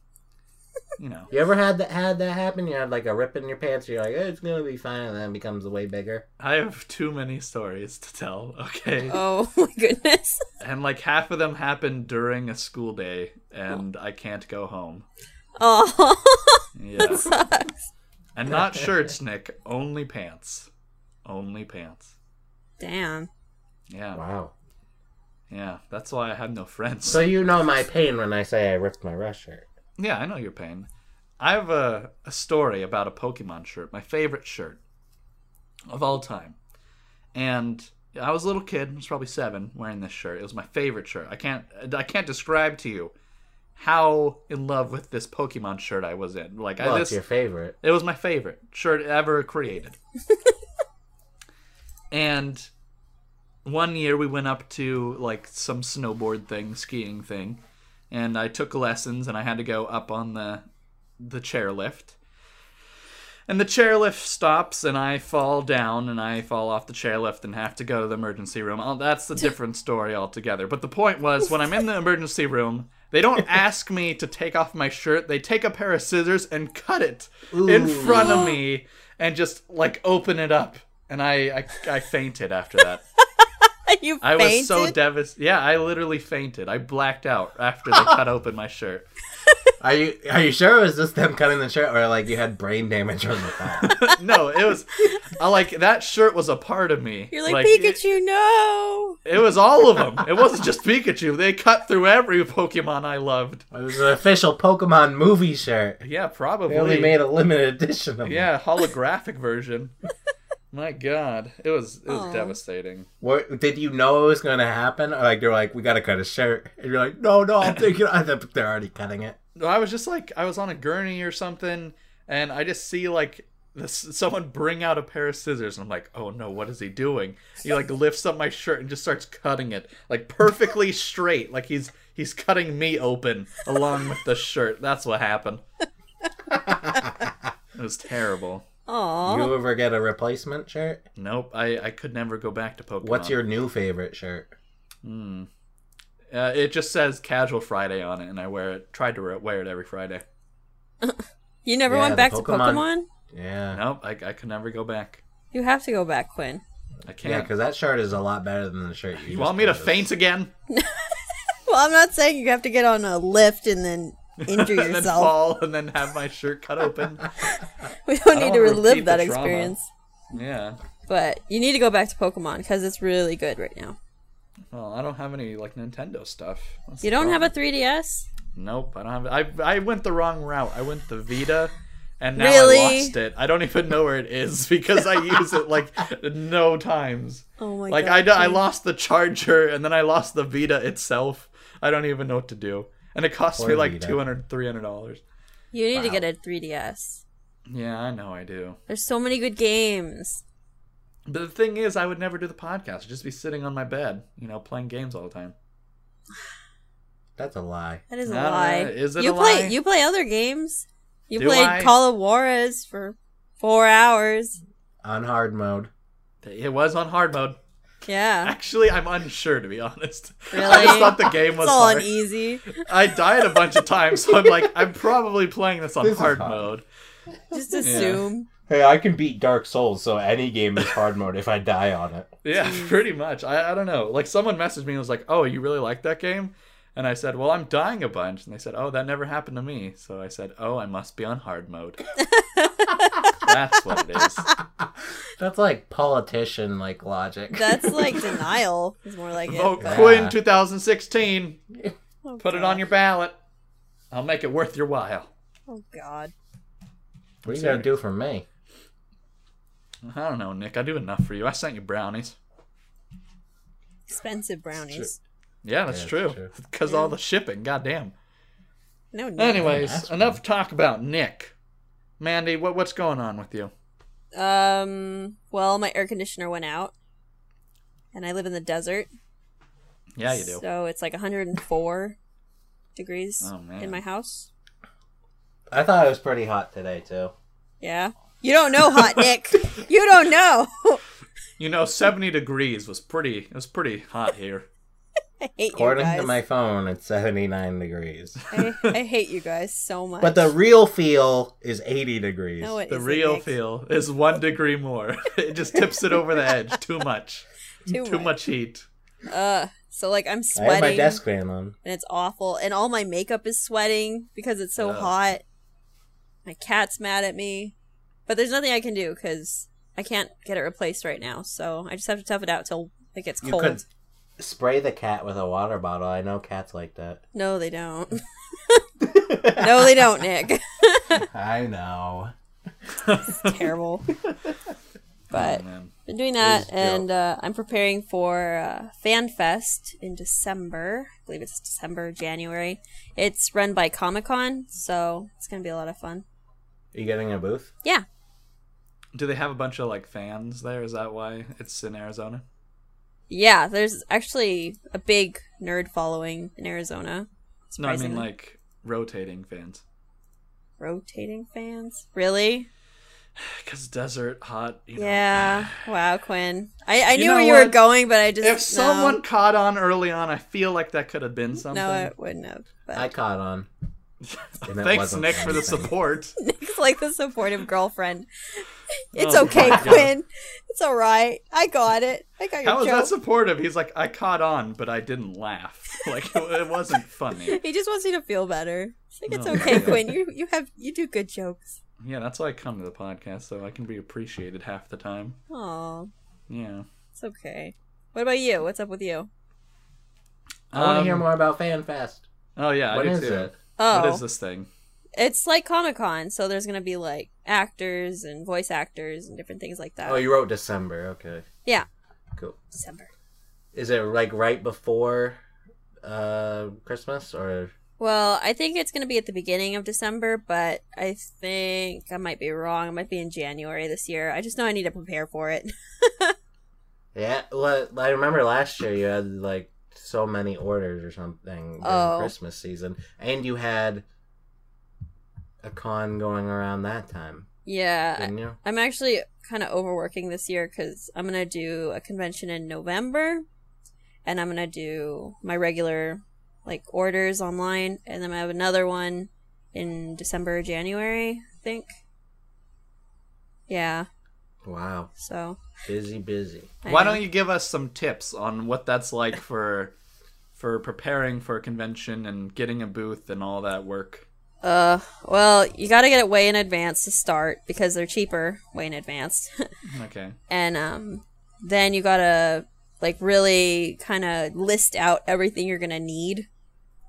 you know. You ever had that had that happen? You had like a rip in your pants. You're like, "Eh, it's gonna be fine, and then it becomes way bigger. I have too many stories to tell. Okay, Oh my goodness. and like half of them happened during a school day, and I can't go home. Oh. Yeah, sucks. and not shirts, Nick. Only pants. Only pants. Damn. Yeah, Wow. yeah. That's why I had no friends. So you know my pain when I say I ripped my rush shirt. Yeah, I know your pain. I have a, a story about a Pokemon shirt, my favorite shirt of all time. And I was a little kid, I was probably seven, wearing this shirt. It was my favorite shirt. I can't I can't describe to you how in love with this Pokemon shirt I was in. Like Well, I it's this, your favorite. it was my favorite shirt ever created. and one year we went up to like some snowboard thing, skiing thing, and I took lessons and I had to go up on the the chairlift. And the chairlift stops and I fall down and I fall off the chairlift and have to go to the emergency room. Oh, that's a different story altogether. But the point was when I'm in the emergency room, they don't ask me to take off my shirt. They take a pair of scissors and cut it in front of me and just like open it up. And I I, I fainted after that. You I fainted? was so devastated. Yeah, I literally fainted. I blacked out after they cut open my shirt. Are you are you sure it was just them cutting the shirt, or like you had brain damage on the back? no, it was I, like that shirt was a part of me. You're like, it- Pikachu, no. It was all of them. It wasn't just Pikachu. They cut through every Pokemon I loved. it was an official Pokemon movie shirt. Yeah, They only made probably. a limited edition of them. Yeah, holographic version. My God, it was it was Aw. devastating. What, did you know it was going to happen? Or like they're like, we got to cut a shirt, and you're like, no, no, I'm thinking I think they're already cutting it. No, I was just like I was on a gurney or something, and I just see like this someone bring out a pair of scissors, and I'm like, oh no, what is he doing? He like lifts up my shirt and just starts cutting it like perfectly straight, like he's he's cutting me open along with the shirt. That's what happened. it was terrible. Aw. You ever get a replacement shirt? Nope, I I could never go back to Pokemon. What's your new favorite shirt? Hmm. Uh, it just says Casual Friday on it, and I wear it. Tried to wear it- wear it every Friday. You never Yeah, went the back to Pokemon- Pokemon? Yeah. Nope, I, I could never go back. You have to go back, Quinn. I Yeah, can't. because that shirt is a lot better than the shirt you. you just want me to gave us. faint again? Well, I'm not saying you have to get on a lift and then injure and then yourself. fall and then have my shirt cut open. We don't I need don't to wanna relive repeat the that trauma. experience. yeah. But you need to go back to Pokemon because it's really good right now. Well, I don't have any like Nintendo stuff. That's You the don't have problem. a 3DS? Nope, I don't have. I I went the wrong route. I went the Vita, and now Really? I lost it. I don't even know where it is because I use it like no times. Oh my Like god. I, d- I Quinn. lost the charger, and then I lost the Vita itself. I don't even know what to do, and it cost me Poor like Vita. two hundred, three hundred dollars. You need to Wow. get a 3DS. Yeah, I know I do. There's so many good games. But the thing is, I would never do the podcast. I'd just be sitting on my bed, you know, playing games all the time. That's a lie. That is a Not a- lie. uh, is it you a play lie? you play other games. You Do played I? Call of Juarez for four hours. On hard mode. It was on hard mode. Yeah. Actually, I'm unsure to be honest. I Really? just thought the game was It's all hard. on E. easy. I died a bunch of times, so I'm like, I'm probably playing this on This is hard hard. mode. Just assume. Hey, I can beat Dark Souls, so any game is hard mode if I die on it. Yeah, Hmm. pretty much. I, I don't know. Like, someone messaged me and was like, Oh, you really like that game? And I said, Well, I'm dying a bunch. And they said, Oh, that never happened to me. So I said, Oh, I must be on hard mode. That's what it is. That's like politician like logic. That's like denial. Is more like it. Oh, Vote but- Quinn 2016. Oh, Put it God. on your ballot. I'll make it worth your while. Oh God. what are you gonna do for me? I don't know, Nick. I do enough for you. I sent you brownies. Expensive brownies. Yeah, Yeah, that's that's true. true. Because all the shipping, goddamn. No. need. Anyways, that's enough talk about Nick. Mandy, what what's going on with you? Um. Well, my air conditioner went out, and I live in the desert. Yeah, you do. So it's like 104 degrees Oh, man. in my house. I thought it was pretty hot today too. Yeah. You don't know, hot Nick. You don't know. You know, seventy degrees was pretty. It was pretty hot here. I hate According you guys. Oh, to my phone, it's seventy nine degrees. I, I hate you guys so much. But the real feel is eighty degrees. no, it The isn't, real Nick. feel is one degree more. it just tips it over the edge. Too much. Too, Too much heat. Uh. So like I'm I have sweating. my desk fan on. and it's awful. And all my makeup is sweating because it's so Ugh. hot. My cat's mad at me, but there's nothing I can do because I can't get it replaced right now. So I just have to tough it out till it gets You cold. could spray the cat with a water bottle. I know cats like that. No, they don't. no, they don't, Nick. I know. Terrible. But Oh, man. been doing This that, is dope. and uh, I'm preparing for uh, Fan Fest in December. I believe it's December, January. It's run by Comic Con, so it's gonna be a lot of fun. Are you getting a booth? Yeah, do they have a bunch of like fans there? Is that why it's in Arizona? Yeah, there's actually a big nerd following in Arizona. No, I mean Surprisingly. like rotating fans. Rotating fans? Really? Because desert, hot. You know. Yeah. Wow, Quinn. I, I You knew know where you what? were going, but I just If someone no, caught on early on, I feel like that could have been something. no, it wouldn't have. But I caught on. And it Thanks, wasn't Nick, for the anything. support. Nick's like the supportive girlfriend. It's Oh, okay, my God. Quinn. It's all right. I got it. I got your How was joke. that supportive? He's like, I caught on, but I didn't laugh. Like it, it wasn't funny. He just wants you to feel better. It's like it's No, okay, yeah. Quinn. You you have you do good jokes. Yeah, that's why I come to the podcast, so I can be appreciated half the time. Oh, Yeah. it's okay. What about you? What's up with you? I want to hear Um, more about FanFest. Oh yeah, What I do is too. it? Oh, What is this thing? it's like Comic Con, so there's gonna be like actors and voice actors and different things like that. Oh, you wrote December. Okay, Uh, yeah, cool. December. Is it like right before uh Christmas or Well, I think it's gonna be at the beginning of December, but I think I might be wrong. It might be in January this year. I just know I need to prepare for it. yeah? Well, I remember last year you had like so many orders or something during Oh. Christmas season, and you had a con going around that time, yeah, didn't you? I'm actually kind of overworking this year because I'm gonna do a convention in November, and I'm gonna do my regular like orders online, and then I have another one in December, January, I think. Yeah. Wow. So. Busy, busy. I Why know. don't you give us some tips on what that's like for for preparing for a convention and getting a booth and all that work? Uh, well, you got to get it way in advance to start because they're cheaper way in advance. Okay. and um, then you gotta like really kind of list out everything you're gonna need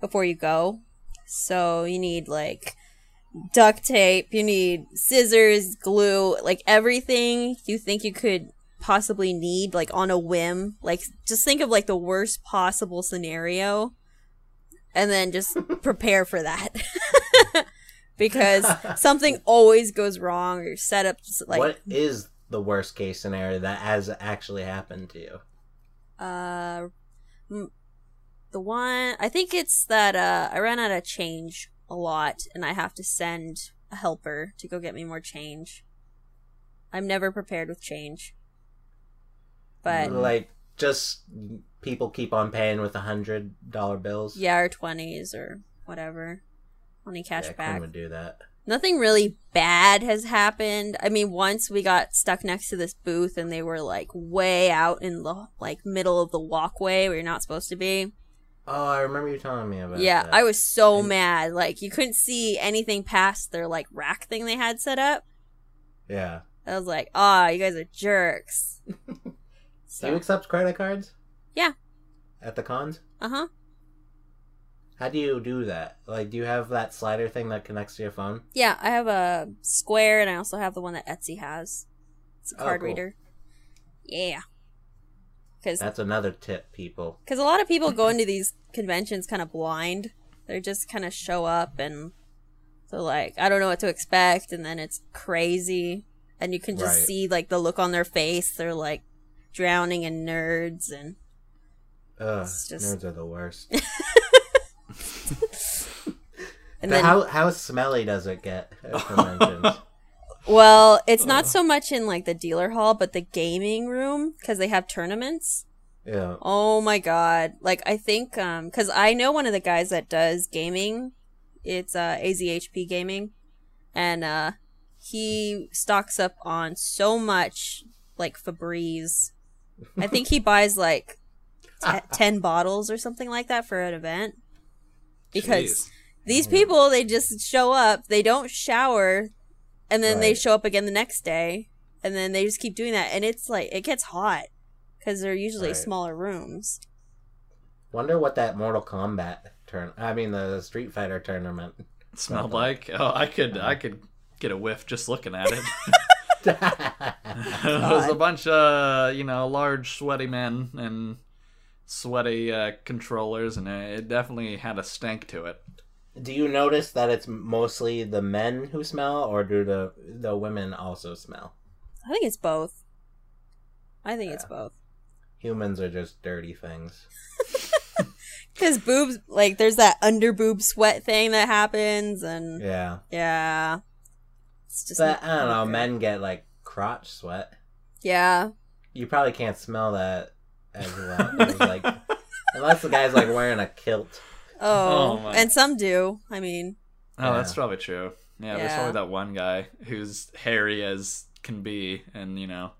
before you go. So you need like duct tape, you need scissors, glue, like everything you think you could possibly need, like on a whim. Like just think of like the worst possible scenario, and then just prepare for that. because something always goes wrong or setups like what is the worst case scenario that has actually happened to you? Uh, m- the one I think it's that uh, I ran out of change a lot, and I have to send a helper to go get me more change. I'm never prepared with change, but Mm. Like, just people keep on paying with a hundred dollar bills. yeah, or twenties or whatever, money cash yeah, Quinn back. would do that. Nothing really bad has happened. I mean, once we got stuck next to this booth and they were like way out in the like middle of the walkway where you're not supposed to be. Oh, I remember you telling me about. Yeah, that. I was so And- mad. Like you couldn't see anything past their like rack thing they had set up. Yeah. I was like, "Ah, you guys are jerks." Do you so, accept credit cards? Yeah. At the cons, uh huh. how do you do that? Like, do you have that slider thing that connects to your phone? Yeah, I have a Square, and I also have the one that Etsy has. It's a Oh, card cool. reader. Yeah, because That's another tip, people. because a lot of people go into these conventions kind of blind. They just kind of show up and they're like, I don't know what to expect, and then it's crazy, and you can just Right. see like the look on their face. They're like drowning in nerds, and Ugh, It's just- nerds are the worst. and But then how how smelly does it get? at conventions? well, it's not so much in like the dealer hall, but the gaming room because they have tournaments. yeah. Oh my god. Like I think um cuz I know one of the guys that does gaming. It's uh AZHP gaming and uh he stocks up on so much like Febreze. I think he buys like t- 10 bottles or something like that for an event. Because Jeez. these Mm. people they just show up they don't shower and then they Right. show up again the next day and then they just keep doing that and it's like it gets hot because they're usually Right. smaller rooms Wonder what that Mortal Kombat turn. I mean, the Street Fighter tournament. smelled like oh I could I could get a whiff just looking at it. it was a God. bunch of you know large sweaty men and sweaty uh, controllers and it definitely had a stank to it. do you notice that it's mostly the men who smell, or do the the women also smell? i think it's both i think it's both Humans are just dirty things. because boobs like there's that under boob sweat thing that happens and yeah, Yeah, it's Hmm. just but I don't know. not good. Men get like crotch sweat. yeah You probably can't smell that as well. as, like, unless the guy's like wearing a kilt. oh, Oh my. and some do i mean Oh, that's Yeah. probably true. Yeah, there's Yeah. probably that one guy who's hairy as can be, and you know,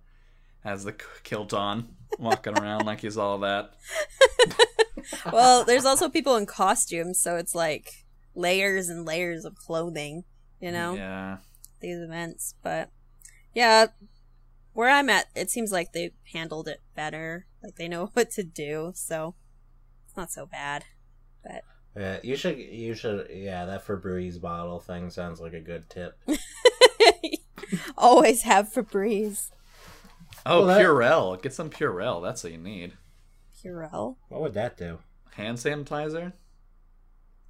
has the k- kilt on, walking around like he's all that. well there's also people in costumes so it's like layers and layers of clothing you know Yeah. these events, but yeah, where I'm at, it seems like they handled it better. Like they know what to do, so it's not so bad. Yeah, you should. You should. Yeah, that Febreze bottle thing sounds like a good tip. Always have Febreze, Oh, Well, that- Purell. Get some Purell. That's what you need. Purell. What would that do? Hand sanitizer.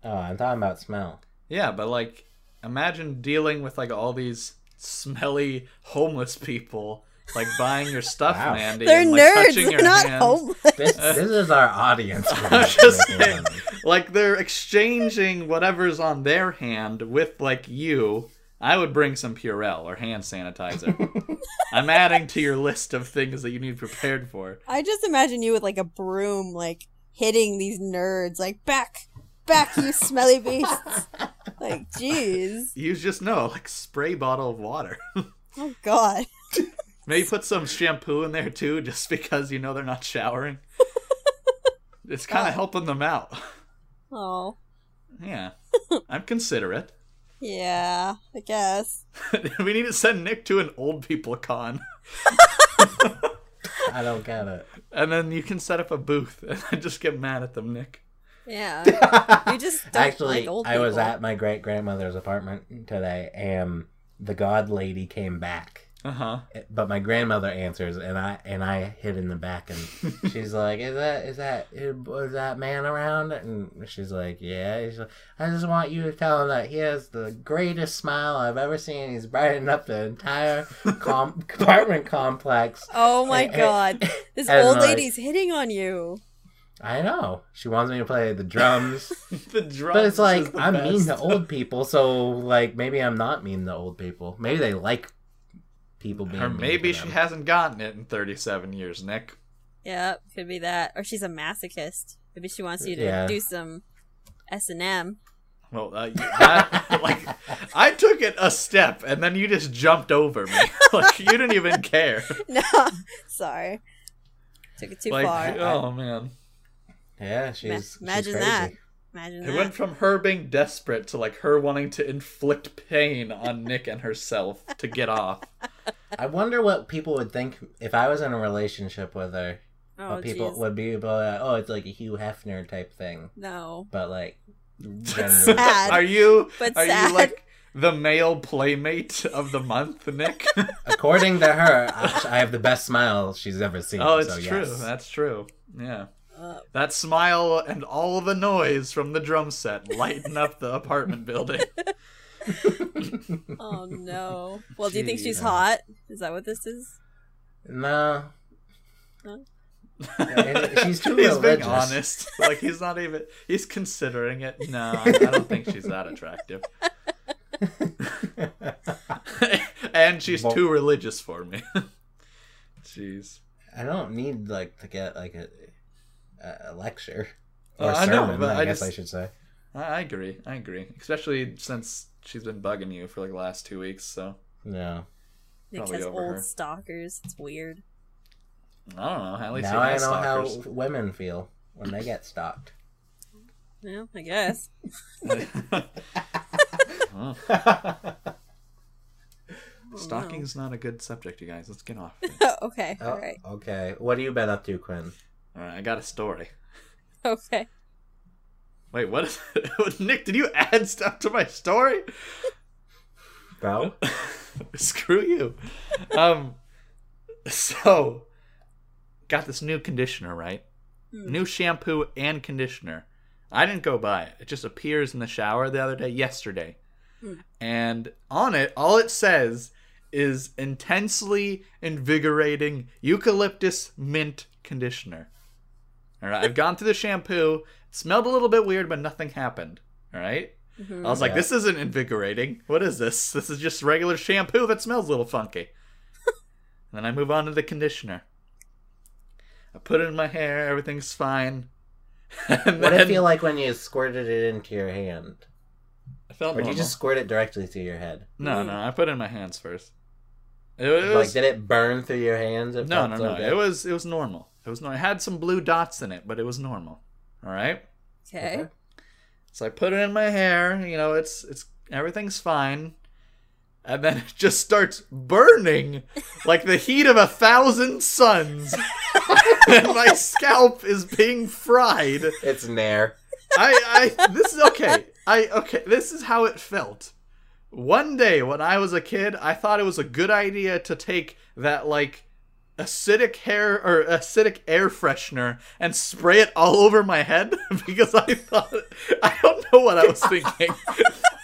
Oh, I'm talking about smell. Yeah, but like, imagine dealing with like all these smelly homeless people, like buying your stuff, Wow. Mandy. They're and, like, nerds. touching They're your not hand. homeless. This, this is our audience. I was just saying, like they're exchanging whatever's on their hand with like you. I would bring some Purell or hand sanitizer. I'm adding to your list of things that you need prepared for. I just imagine you with like a broom, like hitting these nerds, like back, back, you smelly beasts. Like, jeez. You just know, like spray bottle of water. Oh god. Maybe put some shampoo in there too, just because you know they're not showering. it's kind Oh. of helping them out. Oh. Yeah, I'm considerate. Yeah, I guess. we need to send Nick to an old people con, I don't get it. and then you can set up a booth and then just get mad at them, Nick. Yeah. You just don't Actually, like old I was people. at my great grandmother's apartment today, and the god lady came back. Uh huh. But my grandmother answers, and I and I hid in the back, and she's like, "Is that is that is that man around?" And she's like, "Yeah." She's like, "I just want you to tell him that he has the greatest smile I've ever seen. He's brightened up the entire com- apartment complex." Oh my And- god. This and, old like- lady's hitting on you. I know she wants me to play the drums. the drums. But it's is like the I'm mean best. to old people, so like maybe I'm not mean to old people. Maybe they like people being. Or mean maybe to she them. hasn't gotten it in 37 years, Nick. Yeah, could be that. Or she's a masochist. Maybe she wants you to Yeah. do some S and M. Well, uh, you- that, like I took it a step, and then you just jumped over me. like you didn't even care. No, sorry, took it too like, far. oh man, Yeah, she's. Ma- imagine she's crazy. that. Imagine it that. went from her being desperate to like her wanting to inflict pain on Nick and herself to get off. I wonder what people would think if I was in a relationship with her. oh, what people jeez. would be about? Like, oh, it's like a Hugh Hefner type thing, No, but like. gender. Sad. Are you? but are sad. you like the male playmate of the month, Nick? According to her, I, I have the best smile she's ever seen. oh, it's so, true. yes. That's true. Yeah. Uh, That smile and all the noise from the drum set lighten up the apartment building. oh no. Well, do you think she's Jeez. hot? Is that what this is? No, and she's too he's being religious. honest. Like he's not even. He's considering it. No, I, I don't think she's that attractive. and she's Well- too religious for me. Jeez. I don't need like to get like a a, a lecture Uh, or I know, sermon. but I, I guess just- I should say. I, I agree. I agree. Especially since she's been bugging you for like the last two weeks. So No. Nick Probably has over old her. stalkers. It's weird. I don't know. At least Now I he know has stalkers. how women feel when they get stalked. No, I guess. Huh. I no. Stalking's not a good subject, you guys. Let's get off. it. okay. Oh, All right. Okay. What have you been up to, Quinn? All right, I got a story. Okay. Wait, what? Is... Nick, did you add stuff to my story? No. Screw you. Um, so got this new conditioner, right? Hmm. New shampoo and conditioner. I didn't go buy it. It just appears in the shower the other day, yesterday. Hmm. And on it, all it says is intensely invigorating eucalyptus mint conditioner. All right, I've gone through the shampoo. It smelled a little bit weird, but nothing happened. All right. Mhm. I was like, Yeah. this isn't invigorating. What is this? This is just regular shampoo that smells a little funky. and then I move on to the conditioner. I put it in my hair, everything's fine. What and then did it feel like when you squirted it into your hand? I felt Or did you normal. just squirt it directly to your head? No, no, I put it in my hands first. It like, was did it burn through your hands? It No, felt no, so no. good? It was it was normal. It was normal. It had some blue dots in it, but it was normal. All right? okay. So I put it in my hair. You know, it's it's everything's fine, and then it just starts burning like the heat of a thousand suns, and my scalp is being fried. It's Nair. I I this is okay. I okay. This is how it felt. One day when I was a kid, I thought it was a good idea to take that like acidic hair or acidic air freshener and spray it all over my head because I thought I don't know what I was thinking.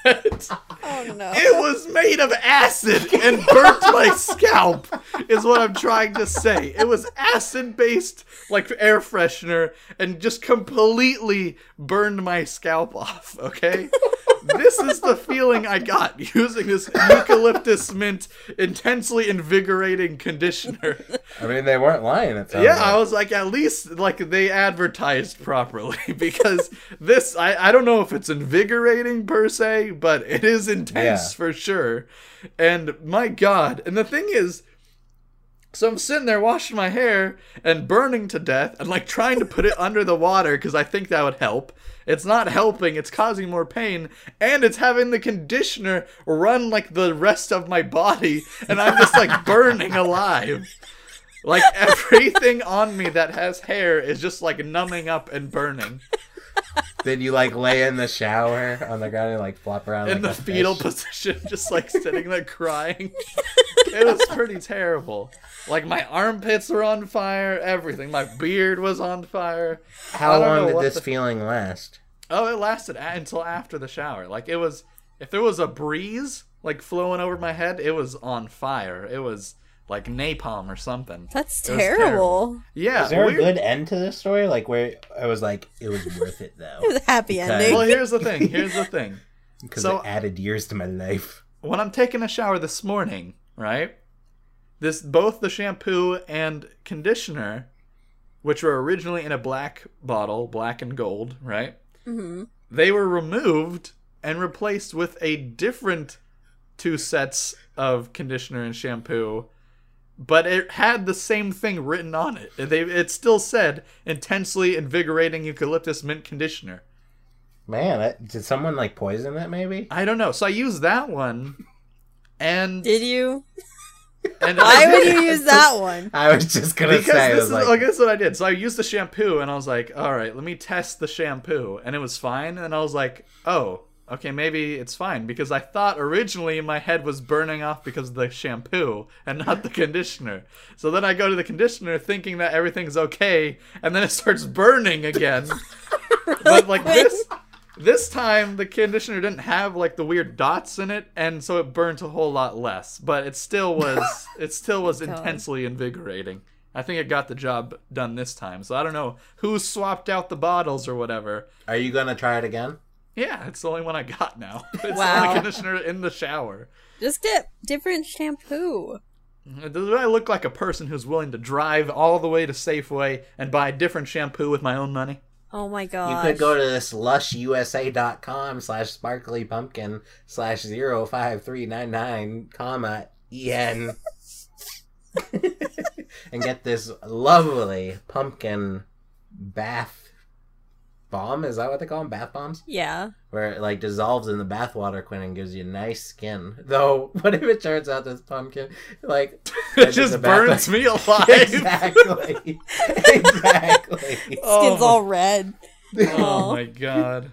But Oh no. it was made of acid and burnt my scalp is what I'm trying to say. It was acid based like air freshener and just completely burned my scalp off, okay? this is the feeling I got using this eucalyptus mint intensely invigorating conditioner. I mean, they weren't lying. It sounds yeah, like. I was like, at least like they advertised properly because this I, I don't know if it's invigorating per se, but it is intense Yeah. for sure. And my god. And the thing is so I'm sitting there washing my hair and burning to death and like trying to put it under the water because I think that would help. It's not helping, it's causing more pain, and it's having the conditioner run like the rest of my body, and I'm just like burning alive. Like everything on me that has hair is just like numbing up and burning Did you like lay in the shower on the ground and like flop around in the like a fetal fish? position, just like sitting there crying. It was pretty terrible. Like my armpits were on fire, everything. My beard was on fire. I How don't know long did what this the- feeling last? Oh, it lasted a- until after the shower. Like it was, if there was a breeze like flowing over my head, it was on fire. It was like napalm or something. That's It was terrible. terrible. Yeah, Is there a weird- good end to this story? Like where I was like, it was worth it though, It was a happy Because- ending. Well, here's the thing. Here's the thing. because So- it added years to my life. when I'm taking a shower this morning, right? This both the shampoo and conditioner, which were originally in a black bottle, black and gold, right? hmm They were removed and replaced with a different two sets of conditioner and shampoo, but it had the same thing written on it. They it still said intensely invigorating eucalyptus mint conditioner. Man, that, did someone like poison it? Maybe. I don't know. So I used that one. And, Did you? and Why I would did- you use that one? I was just gonna because say, I this was is like, like, this is what I did. So I used the shampoo and I was like, all right, let me test the shampoo, and it was fine. And I was like, oh, okay, maybe it's fine because I thought originally my head was burning off because of the shampoo and not the conditioner. So then I go to the conditioner thinking that everything's okay, and then it starts burning again. but like this. This time the conditioner didn't have like the weird dots in it and so it burnt a whole lot less, but it still was it still was Oh God. intensely invigorating. I think it got the job done this time. So I don't know who swapped out the bottles or whatever. are you gonna try it again? Yeah, it's the only one I got now. It's the Wow. only conditioner in the shower. Just get different shampoo. Do I look like a person who's willing to drive all the way to Safeway and buy different shampoo with my own money? Oh my You god. could go to this lushusa.com slash sparkly pumpkin slash zero five three nine nine comma en and get this lovely pumpkin bath bomb. Is that what they call them? Bath bombs, Yeah. where it like dissolves in the bath water, Quinn, and gives you nice skin. Though, what if it turns out this pumpkin like It It's a just bath burns bomb. me alive. exactly, exactly. Skin's Oh. all red. Oh Aw. my god.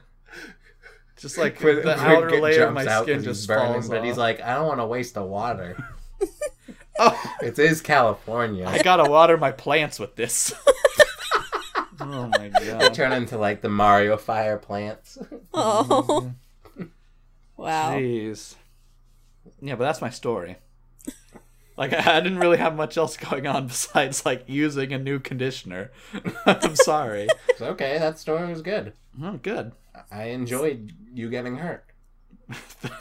Just like Quinn- the Quinn outer get- layer of jumps my out skin 'cause he's just burning, falls But he's off. like, I don't want to waste the water. oh, It is California. I gotta water my plants with this. oh my They god. turn into like the Mario fire plants. Oh. wow. Jeez. Yeah, but that's my story. Like I I didn't really have much else going on besides like using a new conditioner. I'm sorry. It's okay, that story was good. Oh, good. I enjoyed you getting hurt.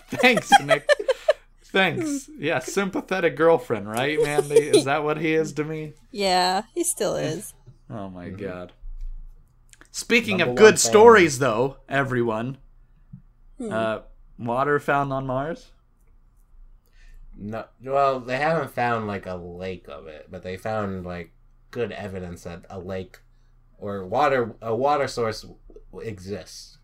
Thanks, Nick. Thanks. Yeah, sympathetic girlfriend, right, Mandy? Is that what he is to me? Yeah, he still is. Oh my god. Speaking of Mm-hmm. Number one good fan. stories, though, everyone, Hmm. uh, water found on Mars. No, well, they haven't found like a lake of it, but they found like good evidence that a lake or water a water source w- exists.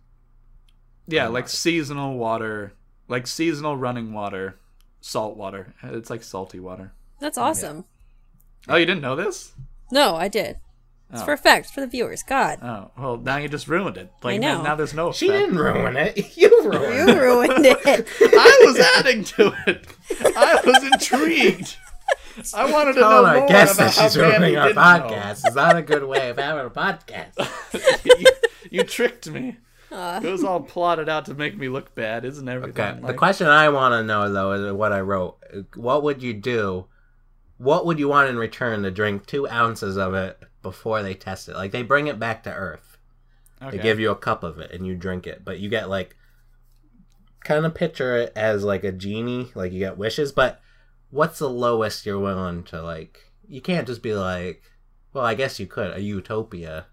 Yeah, On like Mars. seasonal water, like seasonal running water, salt water. It's like salty water. That's awesome. Oh, you didn't know this? No, I did. It's Oh. for effect for the viewers. God. Oh, well, now you just ruined it. Like I now- know. now there's no. She effect. didn't ruin it. You ruined You it. ruined it. I was adding to it. I was intrigued. I wanted to know Telling our more guests about that she's how Mandy ruining our didn't know. podcast is not a good way of having a podcast. you, you tricked me. Uh. it was all plotted out to make me look bad, isn't everything? Okay. The like- question I want to know though is what I wrote. What would you do? What would you want in return to drink two ounces of it before they test it? Like they bring it back to Earth. okay. They give you a cup of it and you drink it, but you get like kind of picture it as like a genie, like you get wishes, but what's the lowest you're willing to like? You can't just be like, well, I guess you could a utopia.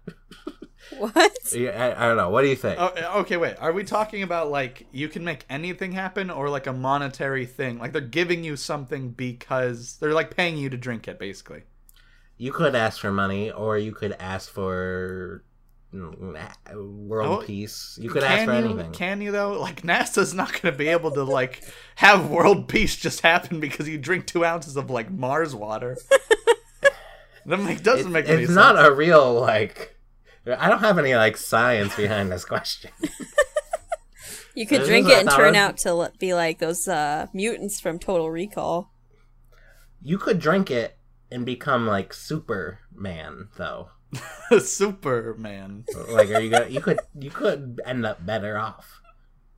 What? Yeah, I, I don't know. What do you think? Oh, okay, wait. Are we talking about like you can make anything happen or like a monetary thing? Like they're giving you something because they're like paying you to drink it, basically. You could ask for money, or you could ask for mm, a- world Oh, peace. You could ask for you, anything. Can you though? Like NASA's not going to be able to like have world peace just happen because you drink two ounces of like Mars water. that like, doesn't It- make any it's sense. not a real like. I don't have any like science behind this question. You could This drink is it and a turn thousand- out to l- be like those uh, mutants from Total Recall. You could drink it and become like Superman, though. Superman. Like, are you gonna? You could. You could end up better off.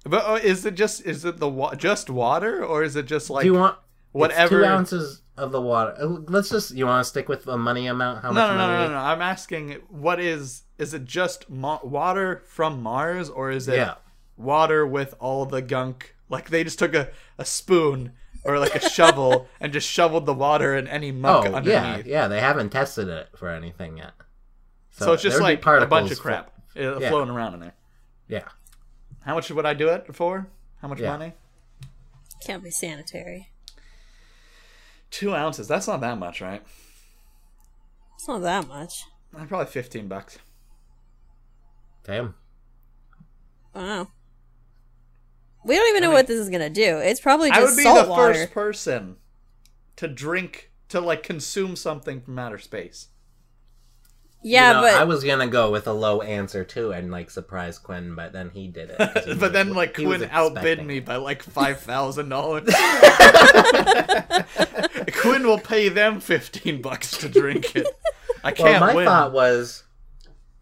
But oh, is it just is it the wa- just water or is it just like Do you want it's whatever? two ounces of the water. Uh, Let's just. You want to stick with the money amount? How no, much no, no, money? no, no, no. I'm asking, what is is it just ma- water from Mars or is it Yeah. water with all the gunk? Like they just took a, a spoon or like a shovel and just shoveled the water in any muck Oh, yeah, underneath. yeah. They haven't tested it for anything yet. So, it's just there would be like a bunch particles of crap uh, yeah. floating around in there. fl- yeah. How much would I do it for? How much Yeah. money? Can't be sanitary. Two ounces. That's not that much, right? It's not that much. Uh, Probably fifteen bucks. Damn. I don't know. We don't even know what this is gonna do. It's probably I would just be salt the water. first person to drink to like consume something from outer space. Yeah, You know, but I was gonna go with a low answer too, and like surprise Quinn, but then he did it. 'cause he But then, was- like, he was Quinn outbid expecting me by like five thousand dollars. Quinn will pay them fifteen bucks to drink it. I Well, can't my win. thought was,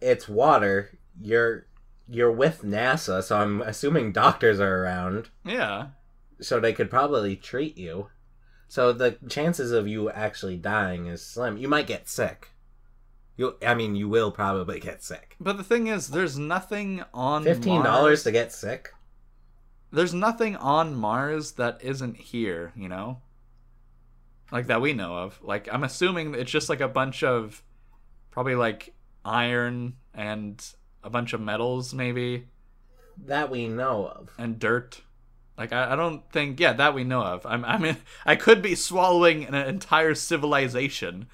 it's water. You're you're with NASA, so I'm assuming doctors are around, Yeah, so they could probably treat you. So the chances of you actually dying is slim. You might get sick. You, I mean, you will probably get sick. but the thing is, there's nothing on Fifteen Mars- dollars to get sick. There's nothing on Mars that isn't here. You know, like that we know of. Like I'm assuming it's just like a bunch of probably like iron and a bunch of metals, maybe. That we know of. and dirt. Like I, I don't think yeah that we know of. I'm I mean I could be swallowing an entire civilization,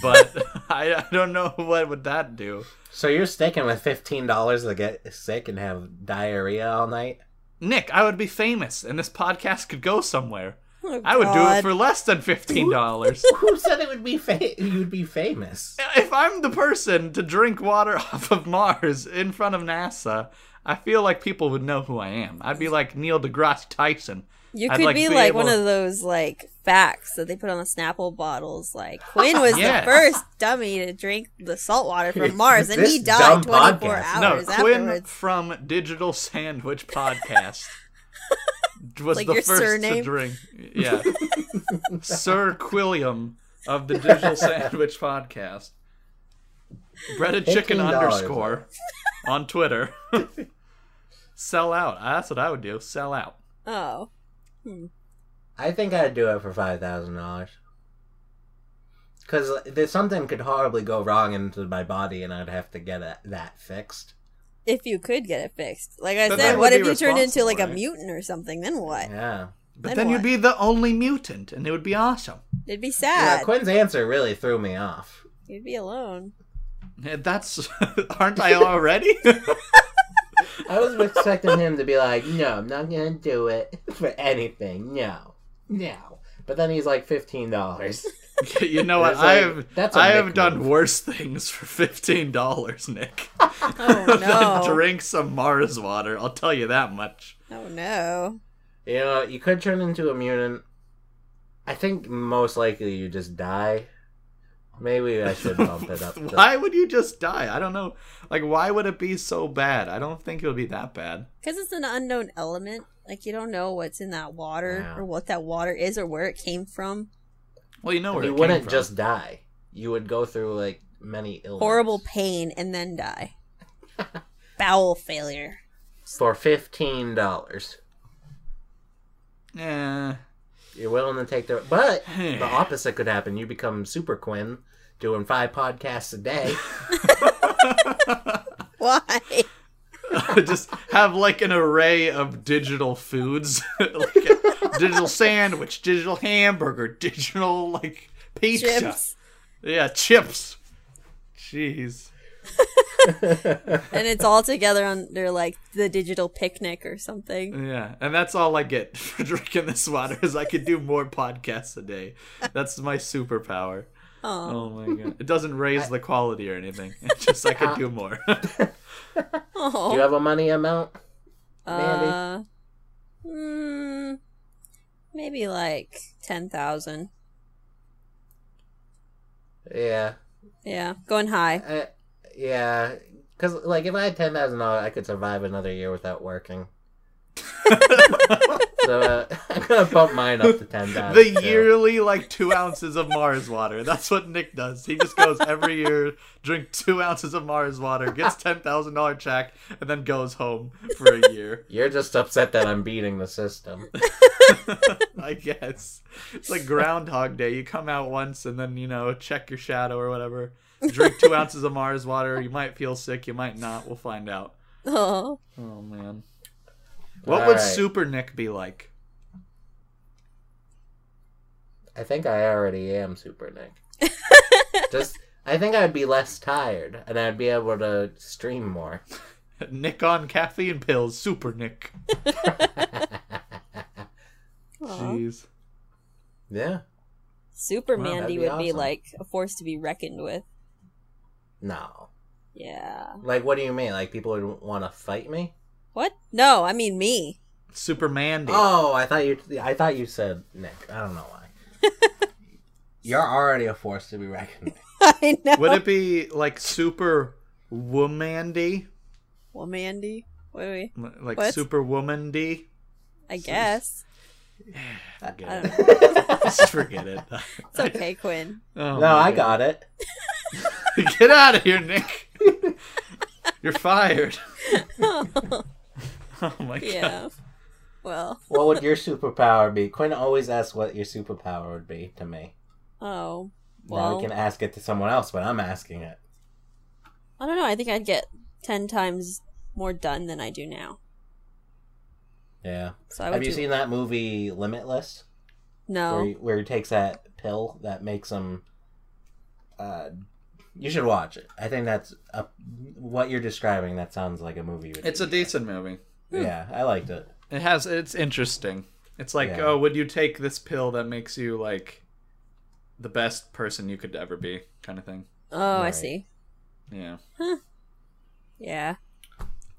but I, I don't know what would that do. So you're sticking with fifteen dollars to get sick and have diarrhea all night. Nick, I would be famous, and this podcast could go somewhere. Oh, I would do it God. for less than fifteen dollars. Who said it would be fa- you'd be famous? if I'm the person to drink water off of Mars in front of NASA, I feel like people would know who I am. I'd be like Neil deGrasse Tyson. You I'd, could like, be, be like able- one of those like facts that they put on the Snapple bottles. Like Quinn was Yes. the first dummy to drink the salt water from Mars, and he This died dumb 24 podcast. No, hours Quinn afterwards. from Digital Sandwich Podcast was Like the your first to surname? drink. Yeah, Sir Quilliam of the Digital Sandwich Podcast. Bread and chicken $15. underscore on Twitter. Sell out. Ah, That's what I would do. Sell out. Oh, I think I'd do it for five thousand dollars. Cause there's something could horribly go wrong into my body, and I'd have to get it, that fixed. if you could get it fixed, like I But said, that what would if be you turned into responsible, like a right? mutant or something? Then what? Yeah. But Then then, you'd what? be the only mutant, and it would be awesome. It'd be yeah. sad. Quinn's answer really threw me off. You'd be alone. Eh, That's aren't I already? I was expecting him to be like, "No, I'm not gonna do it for anything. No, no." But then he's like, fifteen dollars. you know what? That's like- I have that's a I have Nick done move. worse things for fifteen dollars, Nick. Oh than no! drink some Mars water. I'll tell you that much. Oh no! You know, you could turn into a mutant. I think most likely you just die. Maybe I should bump it up. to- why would you just die? I don't know. Like, why would it be so bad? I don't think it would be that bad. Because it's an unknown element. Like you don't know what's in that water Yeah. or what that water is or where it came from. Well, you know where you it came wouldn't from. just die. You would go through like many illnesses. horrible pain and then die. Bowel failure. for fifteen dollars. Yeah. You're willing to take the but Hmm. the opposite could happen. You become Super Quinn doing five podcasts a day. Why? just have like an array of digital foods, like a digital sandwich, digital hamburger, digital like pizza. Chips. Yeah, chips. Jeez. and it's all together under like the digital picnic or Mm. something. Yeah, and that's all I get for drinking this water is I could do more podcasts a day. That's my superpower. Oh, Oh my god! It doesn't raise the quality or anything. It's just I could do more. Do Oh. you have a money amount? Mandy? Uh, mm, maybe like ten thousand. Yeah. Yeah, going high. I, yeah. Cause like if I had ten thousand dollars, I could survive another year without working. so uh, I'm gonna bump mine up to ten thousand. the yearly like two ounces of Mars water. That's what Nick does. He just goes every year, drink two ounces of Mars water, gets ten thousand dollar check, and then goes home for a year. You're just upset that I'm beating the system. I guess it's like Groundhog Day. You come out once, and then you know check your shadow or whatever. Drink two ounces of Mars water. You might feel sick. You might not. We'll find out. Oh, Oh man. What All would right. Super Nick be like? I think I already am Super Nick. just I think I'd be less tired and I'd be able to stream more. Nick on caffeine pills, Super Nick. aw. Jeez. yeah. Super Wow, that'd Mandy be would be awesome. like a force to be reckoned with. No. Yeah. Like what do you mean? Like people would want to fight me? What? No, I mean me. Super Mandy. Oh, I thought you. I thought you said Nick. I don't know why. You're already a force to be reckoned with. I know. Would it be like Super Womandy? Well, Mandy. Wait, wait. L- Like What? Super Womandy? I guess I Forget don't it. know. Just forget it. it's okay, Quinn. Oh no, my I God. got it. Get out of here, Nick. You're fired. oh my god. Yeah. Well. What would your superpower be? Quinn always asks what your superpower would be to me. Oh. now Well. we can ask it to someone else, but I'm asking it. I don't know. I think I'd get ten times more done than I do now. Yeah. So I would Have you do- seen that movie Limitless, No. where he, where he takes that pill that makes him? Uh, you should watch it. I think that's a, what you're describing. That sounds like a movie. would It's be. a hmm. decent movie. yeah. I liked it. It has it's interesting. It's like, Yeah. oh, would you take this pill that makes you like the best person you could ever be, kind of thing. oh, I Right. see. Yeah. Yeah.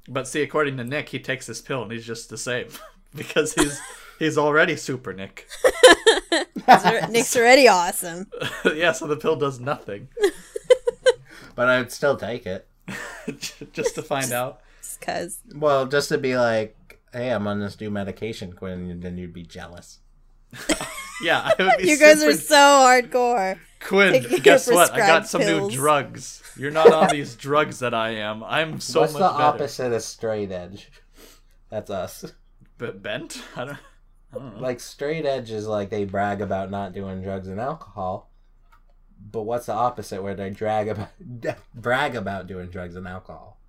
But see, according to Nick, he takes this pill and he's just the same because he's he's already super Nick. Nick's already awesome. yeah, so the pill does nothing But I'd still take it. just to find out. Just cause. Well, just to be like, hey, I'm on this new medication, Quinn, and then you'd be jealous. Yeah, I would be You guys super are so hardcore. Quinn. taking Guess what? I prescribed got some pills. new drugs. You're not on these drugs that I am. I'm so What's much the better. opposite of straight edge? That's us. But bent? I don't. I don't know. Like straight edge is like they brag about not doing drugs and alcohol. But what's the opposite where they drag about brag about doing drugs and alcohol?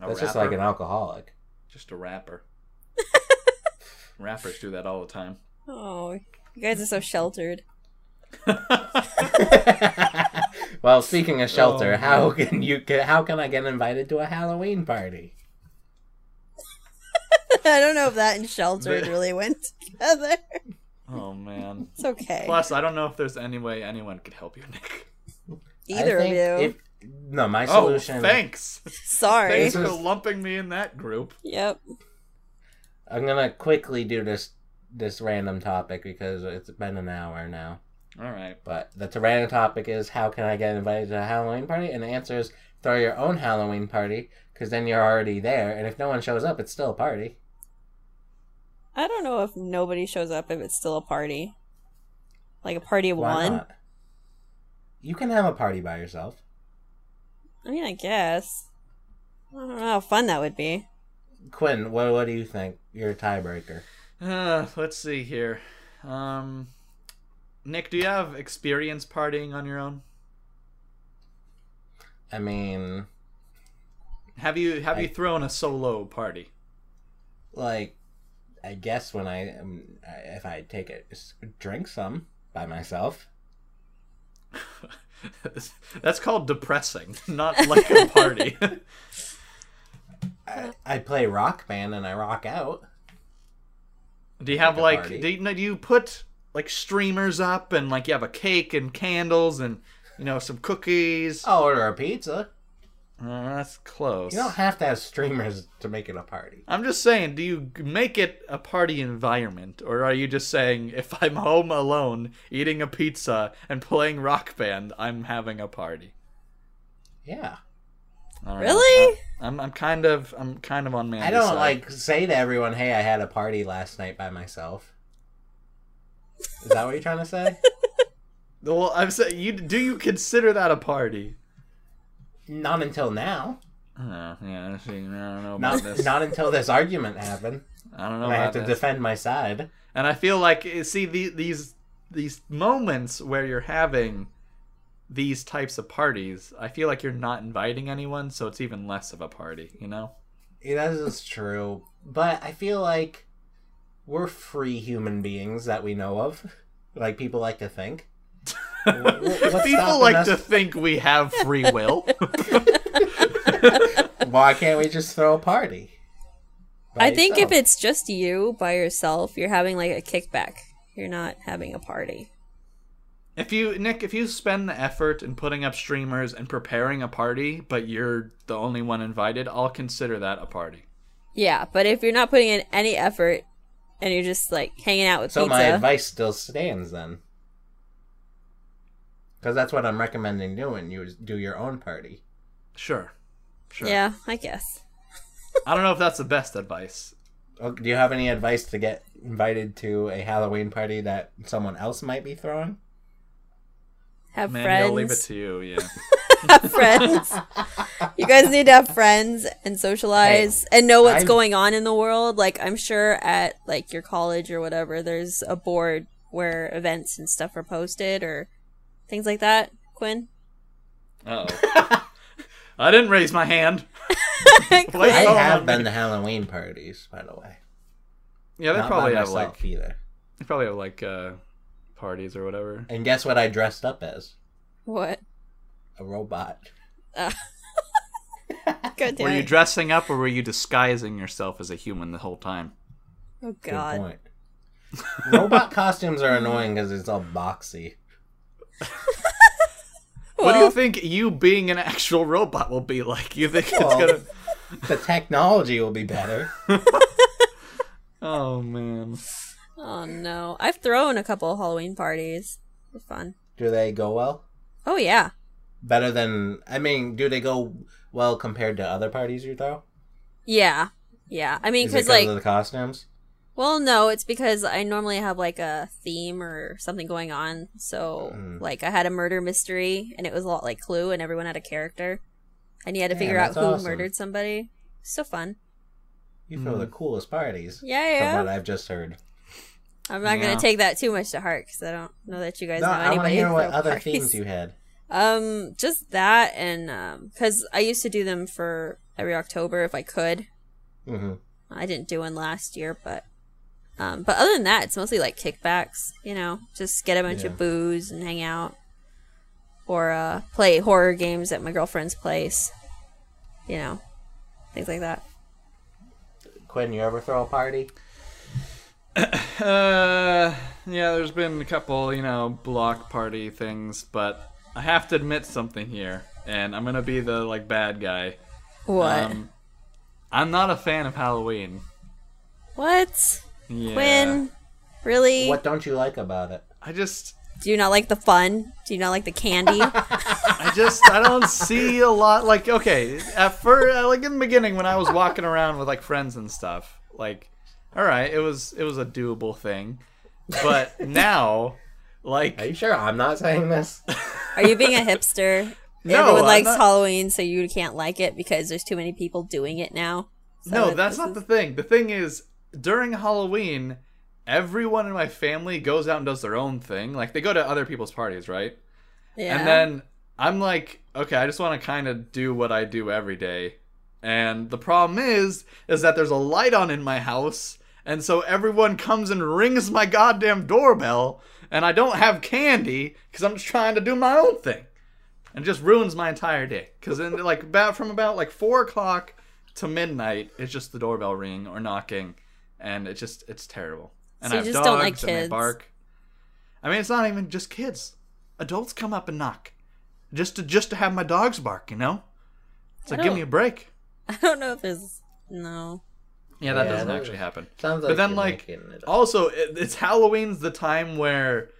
A That's just like rapper? an alcoholic. Just a rapper. Rappers do that all the time. Oh, you guys are so sheltered. well, speaking of shelter, Oh, how can you how can I get invited to a Halloween party? I don't know if that and sheltered really went together. Oh man. It's okay. Plus, I don't know if there's any way anyone could help you, Nick. I Either of think you. if- no, my Oh, solution. thanks. Sorry. Thanks for lumping me in that group. Yep. I'm gonna quickly do this this random topic because it's been an hour now. All right. But the t- random topic is how can I get invited to a Halloween party? And the answer is throw your own Halloween party because then you're already there. And if no one shows up, it's still a party. I don't know if nobody shows up if it's still a party. Like a party of Why one. not? You can have a party by yourself. I mean, I guess. I don't know how fun that would be. Quinn, what what do you think? You're a tiebreaker. Uh, let's see here. Um, Nick, do you have experience partying on your own? I mean, Have you have you I- thrown a solo party? like, I guess when I um, I- if I take a s- drink some by myself. That's called depressing, not like a party. I, I play rock band and I rock out. do you Like have a like party. do you, no, do you put like streamers up and like you have a cake and candles and you know some cookies? I'll order a pizza. Uh, that's close. Oh. You don't have to have streamers to make it a party. I'm just saying, do you make it a party environment, or are you just saying if I'm home alone eating a pizza and playing rock band, I'm having a party? Yeah, I don't know. Really? I, am I'm kind of I'm kind of on man. I don't like say to everyone, "Hey, I had a party last night by myself." Is that what you're trying to say? Well, I'm saying you do you consider that a party? not until now. Uh, yeah, I see. I don't know Not about this. not until this argument happened. I don't know And I about have to this. defend my side. And I feel like eh, see the, these these moments where you're having these types of parties, I feel like you're not inviting anyone, so it's even less of a party, you know? Yeah, That is true. But I feel like we're free human beings that we know of. Like people like to think. Wh- wh- what's People stopping like us- to think we have free will. Why can't we just throw a party? I think if it's just you by yourself, you're having like a kickback. You're not having a party. if you Nick, if you spend the effort in putting up streamers and preparing a party, but you're the only one invited, I'll consider that a party. Yeah, but if you're not putting in any effort and you're just like hanging out with so, pizza, my advice still stands then. Because that's what I'm recommending doing. You do your own party. Sure. Sure. yeah, I guess. I don't know if that's the best advice. Oh, Do you have any advice to get invited to a Halloween party that someone else might be throwing? Have Mandy, friends. I'll leave it to you, yeah. have friends. You guys need to have friends and socialize and know what's I'm- going on in the world. Like I'm sure at like your college or whatever, there's a board where events and stuff are posted or things like that. Quinn, Oh. I didn't raise my hand. I Wait, Quinn? oh, have not been me. to Halloween parties, by the way. Yeah, they Not probably by have myself like either. they probably have like uh parties or whatever. And guess what? I dressed up as what? a robot. God damn Were you it. dressing up or were you disguising yourself as a human the whole time? oh Good God, point. robot costumes are annoying because it's all boxy. what do you Well- think you being an actual robot will be like? You think it's Well- gonna The technology will be better. Oh man. oh no! I've thrown a couple of Halloween parties. They're fun. Do they go well? Oh yeah, Better than I mean, do they go well compared to other parties you throw? yeah, yeah. I mean, Is it because because like of the costumes? Well, no, it's because I normally have like a theme or something going on. So, Mm. like, I had a murder mystery, and it was a lot like Clue, and everyone had a character, and you had to Yeah, figure out that's who awesome. murdered somebody. So fun. You throw Mm. the coolest parties. Yeah, yeah. From what I've just heard. I'm not Yeah. gonna take that too much to heart because I don't know that you guys No, know I want to anybody. hear who what throw other parties. themes you had. Um, just that, and um, because I used to do them for every October if I could. hmm I didn't do one last year, but um, but other than that, it's mostly like kickbacks. You know, just get a bunch Yeah. of booze and hang out, or uh, play horror games at my girlfriend's place. You know, things like that. Quinn, you ever throw a party? Uh yeah, there's been a couple, you know, block party things, but I have to admit something here, and I'm gonna be the like bad guy. What? Um, I'm not a fan of Halloween. what? Yeah. Quinn? Really? What don't you like about it? I just Do you not like the fun? Do you not like the candy? I just I don't see a lot like okay at first like in the beginning when I was walking around with like friends and stuff like all right it was it was a doable thing but now like Are you sure I'm not saying this? Are you being a hipster? No, Everyone I'm likes not- Halloween, so you can't like it because there's too many people doing it now. So no it- that's this not is- the thing the thing is during Halloween everyone in my family goes out and does their own thing. Like they go to other people's parties, right? Yeah. And then I'm like, okay, I just want to kind of do what I do every day. And the problem is, is that there's a light on in my house, and so everyone comes and rings my goddamn doorbell, and I don't have candy because I'm just trying to do my own thing, and it just ruins my entire day. Because then, like, about from about like four o'clock to midnight, it's just the doorbell ringing or knocking, and it's just it's terrible. And So I have you dogs just don't like and they kids. bark. I mean, it's not even just kids. Adults come up and knock, just to just to have my dogs bark. You know, it's I like give me don't- a break. I don't know if there's no. Yeah, that Yeah, doesn't that- actually happen. Sounds But like then, you're like, making it up. Also, it, it's Halloween's the time where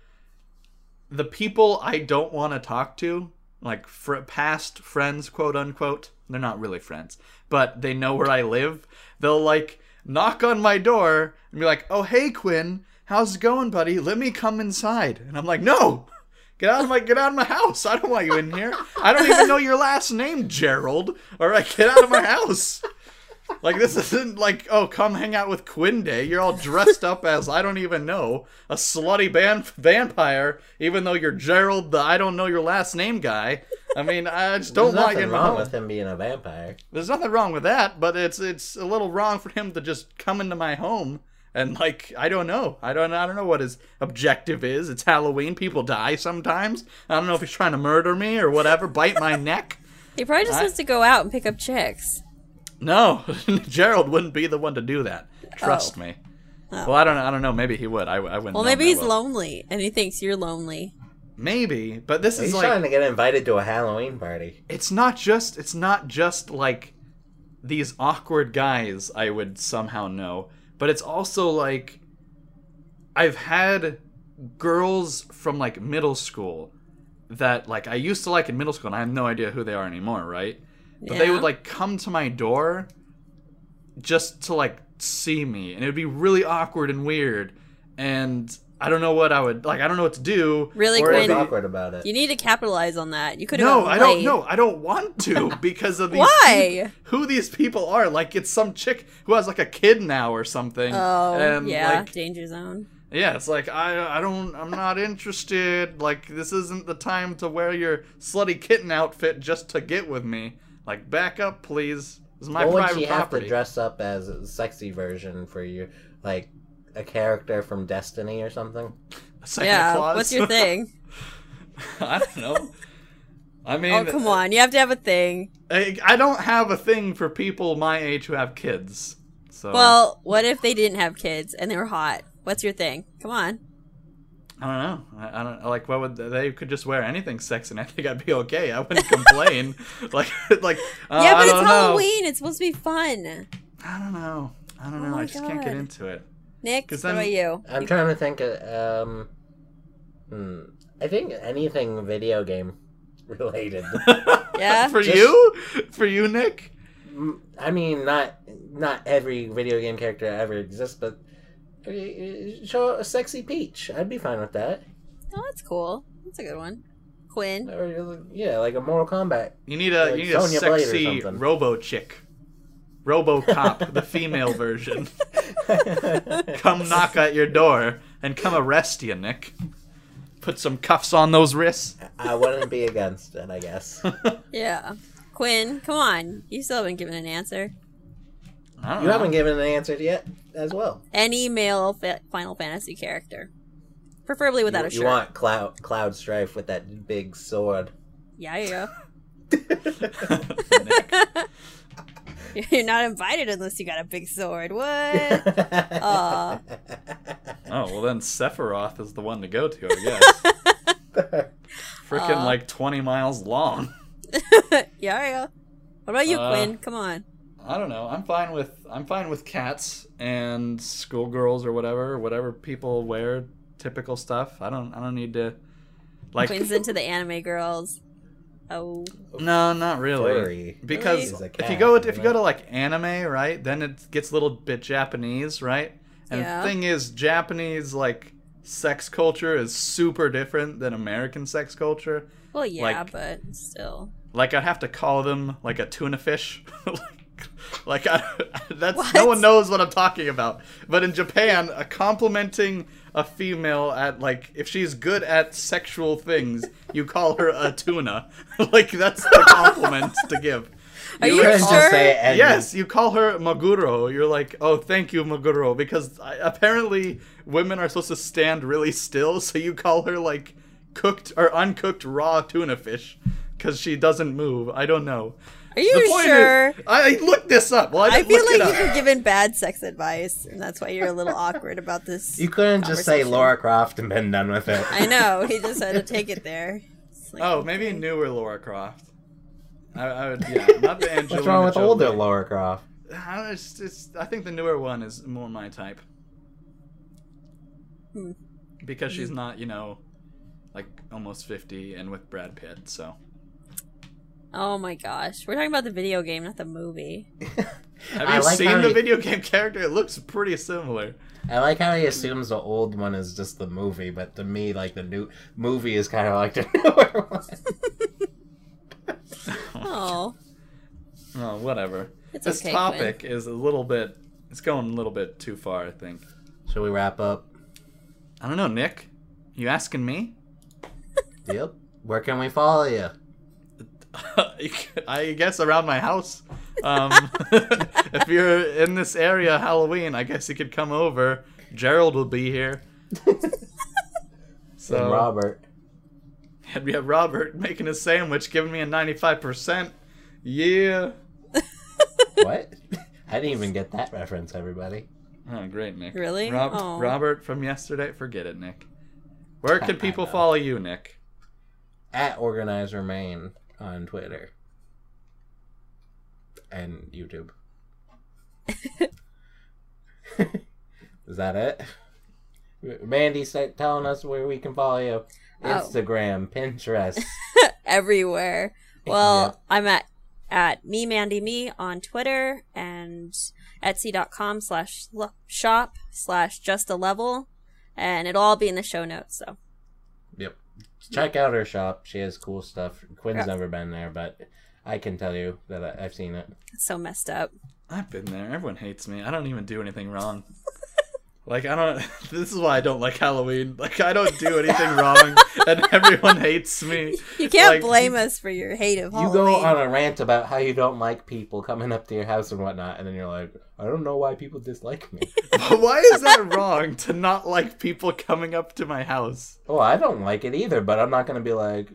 the people I don't want to talk to, like fr- past friends, quote unquote, they're not really friends, but they know where I live. They'll like knock on my door and be like, "Oh, hey, Quinn, how's it going, buddy? Let me come inside." And I'm like, "No." Get out of my get out of my house! I don't want you in here. I don't even know your last name, Gerald. All right, get out of my house. Like this isn't like oh come hang out with Quinn Day. You're all dressed up as I don't even know a slutty ban- vampire, even though you're Gerald the I don't know your last name guy. I mean I just don't There's like nothing him. wrong with him being a vampire. There's nothing wrong with that, but it's it's a little wrong for him to just come into my home and like I don't know. I don't I don't know what his objective is. It's Halloween. People die sometimes. I don't know if he's trying to murder me or whatever, bite my neck. He probably just I- wants to go out and pick up chicks. No, Gerald wouldn't be the one to do that. Trust me. Well, I don't. I don't know. Maybe he would. I, I wouldn't. Oh. Well, know maybe that he's well. lonely and he thinks you're lonely. Maybe, but this He's is like trying to get invited to a Halloween party. it's not just. It's not just like these awkward guys I would somehow know, but it's also like I've had girls from like middle school that like I used to like in middle school, and I have no idea who they are anymore, right? But they Yeah. would like come to my door just to like see me, and it would be really awkward and weird, and I don't know what I would like. I don't know what to do. Really, or it'd What's Quinn? be- awkward about it? You need to capitalize on that. You could have. no, I don't know. I don't want to because of these Why? peop- who these people are. Like it's some chick who has like a kid now or something. Oh, and, yeah, Um, Like, danger zone. yeah, it's like I I don't I'm not interested. Like this isn't the time to wear your slutty kitten outfit just to get with me. Like back up, please. This is my Why would private you have property. to dress up as a sexy version for you, like a character from Destiny or something? Santa yeah, Claus. what's your thing? I don't know. I mean, oh, come on, you have to have a thing. I, I don't have a thing for people my age who have kids. So Well, what if they didn't have kids and they were hot? What's your thing? Come on. I don't know. I, I don't like. What would they could just wear anything sexy, and I think I'd be okay. I wouldn't complain. like, like. Uh, yeah, but I it's don't know. Halloween. It's supposed to be fun. I don't know. I don't know. my I just can't get God. into it. Nick, 'Cause what then- about you? I'm trying to think. Of, um, hmm, I think anything video game related. Yeah. For Just- you, for you, Nick. M- I mean, not not every video game character ever exists, but uh, show a sexy Peach. I'd be fine with that. Oh, that's cool. That's a good one. Quinn. Or, yeah, like a Mortal Kombat. You need a Like you need a Sonya Blade or sexy something. robo chick, robo cop, the female version. Come knock at your door and come arrest you, Nick. Put some cuffs on those wrists. I wouldn't be against it, I guess. Yeah. Quinn, come on. You still haven't given an answer. I don't You know. haven't given an answer yet, as well. Any male fa- Final Fantasy character, preferably without you, a you shirt. want Cloud Cloud Strife with that big sword. Yeah, you go. Nick. You're not invited unless you got a big sword. What? Aw. Oh well, then Sephiroth is the one to go to, I guess. Freaking Uh, Aw. like twenty miles long. yeah, you go. What about you, Uh, Quinn? Come on. I don't know. I'm fine with I'm fine with cats and schoolgirls or whatever, whatever people wear, typical stuff. I don't I don't need to like Quinn's into the anime girls. Oh, no, not really. Furry. Because He's a if you cat, go if you you go to know? like anime, right, then it gets a little bit Japanese, right? And Yeah. the thing is, Japanese like sex culture is super different than American sex culture. well, yeah, Like- but still. Like I'd have to call them like a tuna fish. Like I, that's no What? one knows what I'm talking about. But in Japan, a complimenting a female at like if she's good at sexual things, you call her a tuna. like that's the compliment to give. Are you You couldn't sure? just say it and Yes, you call her Maguro. You're like, oh, thank you, Maguro, because I, apparently women are supposed to stand really still, so you call her like cooked or uncooked raw tuna fish because she doesn't move. I don't know. Are you sure? Is, I I looked this up. Well, I, I didn't feel look it like you've up. been given bad sex advice, and that's why you're a little awkward about this. You couldn't just say Conversation. Laura Croft and been done with it. I know he just had to take it there. It's like- Oh, maybe newer Laura Croft. I, I would, yeah, not the Angelina. What's wrong with Jolie. older Laura Croft? I, don't know, it's, it's, I think the newer one is more my type. Hmm. Because she's not, you know, like almost 50 and with Brad Pitt, so. Oh my gosh, we're talking about the video game, not the movie. Have I like you how seen the he- video game character? It looks pretty similar. I like how he assumes the old one is just the movie, but to me, like the new movie is kind of like the newer one. Oh, Oh, whatever. It's this okay, topic is a little bit. It's going a little bit too far, I think. Should we wrap up? I don't know, Nick. You asking me? Yep. Where can we follow you? I guess around my house. Um, if you're in this area Halloween, I guess you could come over. Gerald will be here. so And Robert. and we have Robert making a sandwich, giving me a 95%. Yeah. What? I didn't even get that reference, everybody. Oh, great, Nick. Really? Rob- Oh. Robert from yesterday. Forget it, Nick. Where can I people know. follow you, Nick? At Organize Remain on Twitter and YouTube. is that it? Mandy, start telling us where we can follow you. Oh. Instagram, Pinterest. everywhere. Well, I'm at at me Mandy me on Twitter and Etsy.com slash lo- shop slash just a level, and it'll all be in the show notes. So Yep. Check out her shop. She has cool stuff. Quinn's Yeah. never been there, but I can tell you that I, I've seen it. it's so messed up. I've been there. Everyone hates me. I don't even do anything wrong. like I don't. This is why I don't like Halloween. Like I don't do anything wrong, and everyone hates me. You can't Like, blame us for your hate of You Halloween. go on a rant about how you don't like people coming up to your house and whatnot, and then you're like, I don't know why people dislike me. Why is that wrong to not like people coming up to my house? oh, I don't like it either, but I'm not going to be like,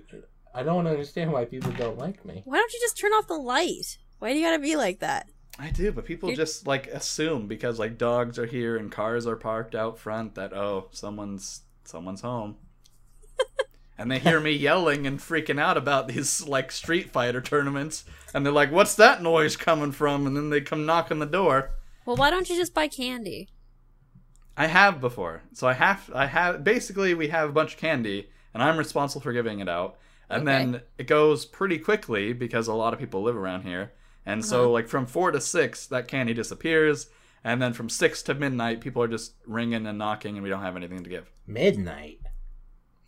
I don't understand why people don't like me. Why don't you just turn off the light? Why do you gotta be like that? I do, but people You're- just like assume because like dogs are here and cars are parked out front that oh someone's someone's home. and they hear me yelling and freaking out about these like Street Fighter tournaments and they're like what's that noise coming from and then they come knock on the door. Well, why don't you just buy candy? I have before. So I have I have basically we have a bunch of candy and I'm responsible for giving it out. And then it goes pretty quickly because a lot of people live around here. And so like from 4 to 6 that candy disappears and then from 6 to midnight people are just ringing and knocking and we don't have anything to give. Midnight.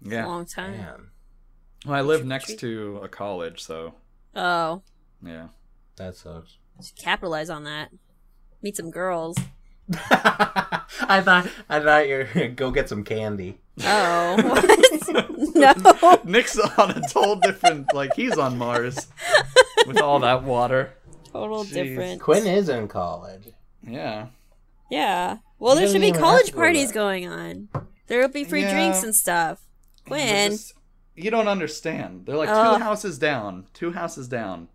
Yeah. Long time. Man, Well, I live next to a college, so Oh, yeah. that sucks. should capitalize on that. Meet some girls. I thought I thought you were go get some candy. Oh, what? no. Nick's on a whole different like he's on Mars with all that water. Total Jeez. different. Quinn is in college. Yeah. Yeah. Well, You there don't should be even have to college go parties back. going on. There will be free Yeah. drinks and stuff. They're When? just- you don't understand. They're like Ugh. two houses down. Two houses down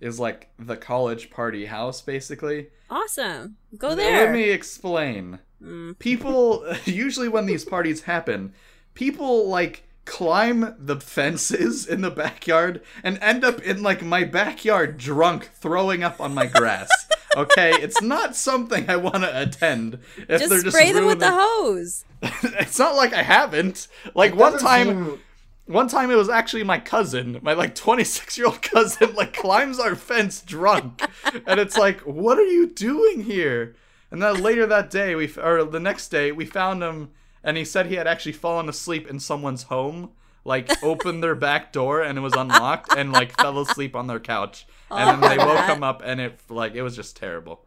is like the college party house, basically. Awesome. Go Let Oh, there. me explain. Mm. People usually when these parties happen, people like climb the fences in the backyard and end up in like my backyard drunk throwing up on my grass. Okay, it's not something I want to attend. If they're Just just spray them with the ruining- hose. it's not like I haven't. Like one Doesn't time, seem- one time it was actually my cousin, my like 26 year old cousin, like climbs our fence drunk. And it's like, what are you doing here? And then later that day, we, f- or the next day, we found him and he said he had actually fallen asleep in someone's home. like opened their back door and it was unlocked and like fell asleep on their couch and Oh, then they woke that- him up and it like it was just terrible.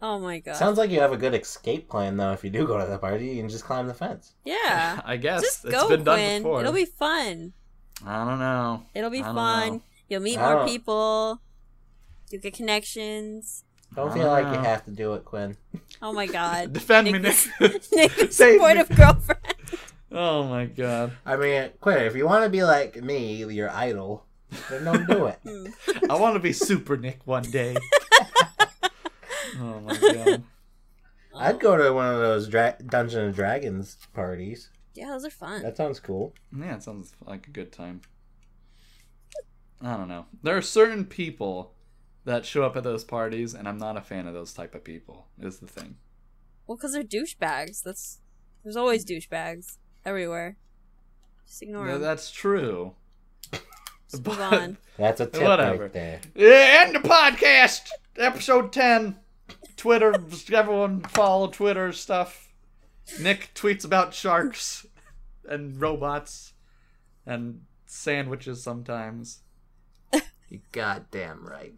Oh my god. Sounds like you have a good escape plan though. If you do go to the party, you can just climb the fence. yeah. I guess Just it's go, been done Quinn. before. It'll be fun. I don't know. It'll be I don't fun. know. You'll meet I more don't- people. You'll get connections. Don't I feel don't like you know. have to do it, Quinn. Oh my god. Defend me, Nick Nick. was- Nick was Save point me. of girlfriend. Oh my god. I mean, Quinn, if you want to be like me, your idol, then don't do it. Mm. I want to be Super Nick one day. oh my god. I'd go to one of those dra- Dungeon and Dragons parties. Yeah, those are fun. That sounds cool. Yeah, it sounds like a good time. I don't know. There are certain people that show up at those parties, and I'm not a fan of those type of people. Is the thing. Well, because they're douchebags. That's there's always douchebags everywhere. Just ignore No, them. that's true. Just but- move on. That's a tip Whatever. right there. Yeah, end the podcast. Episode ten. Twitter. everyone follow Twitter stuff. Nick tweets about sharks and robots and sandwiches sometimes. You goddamn right.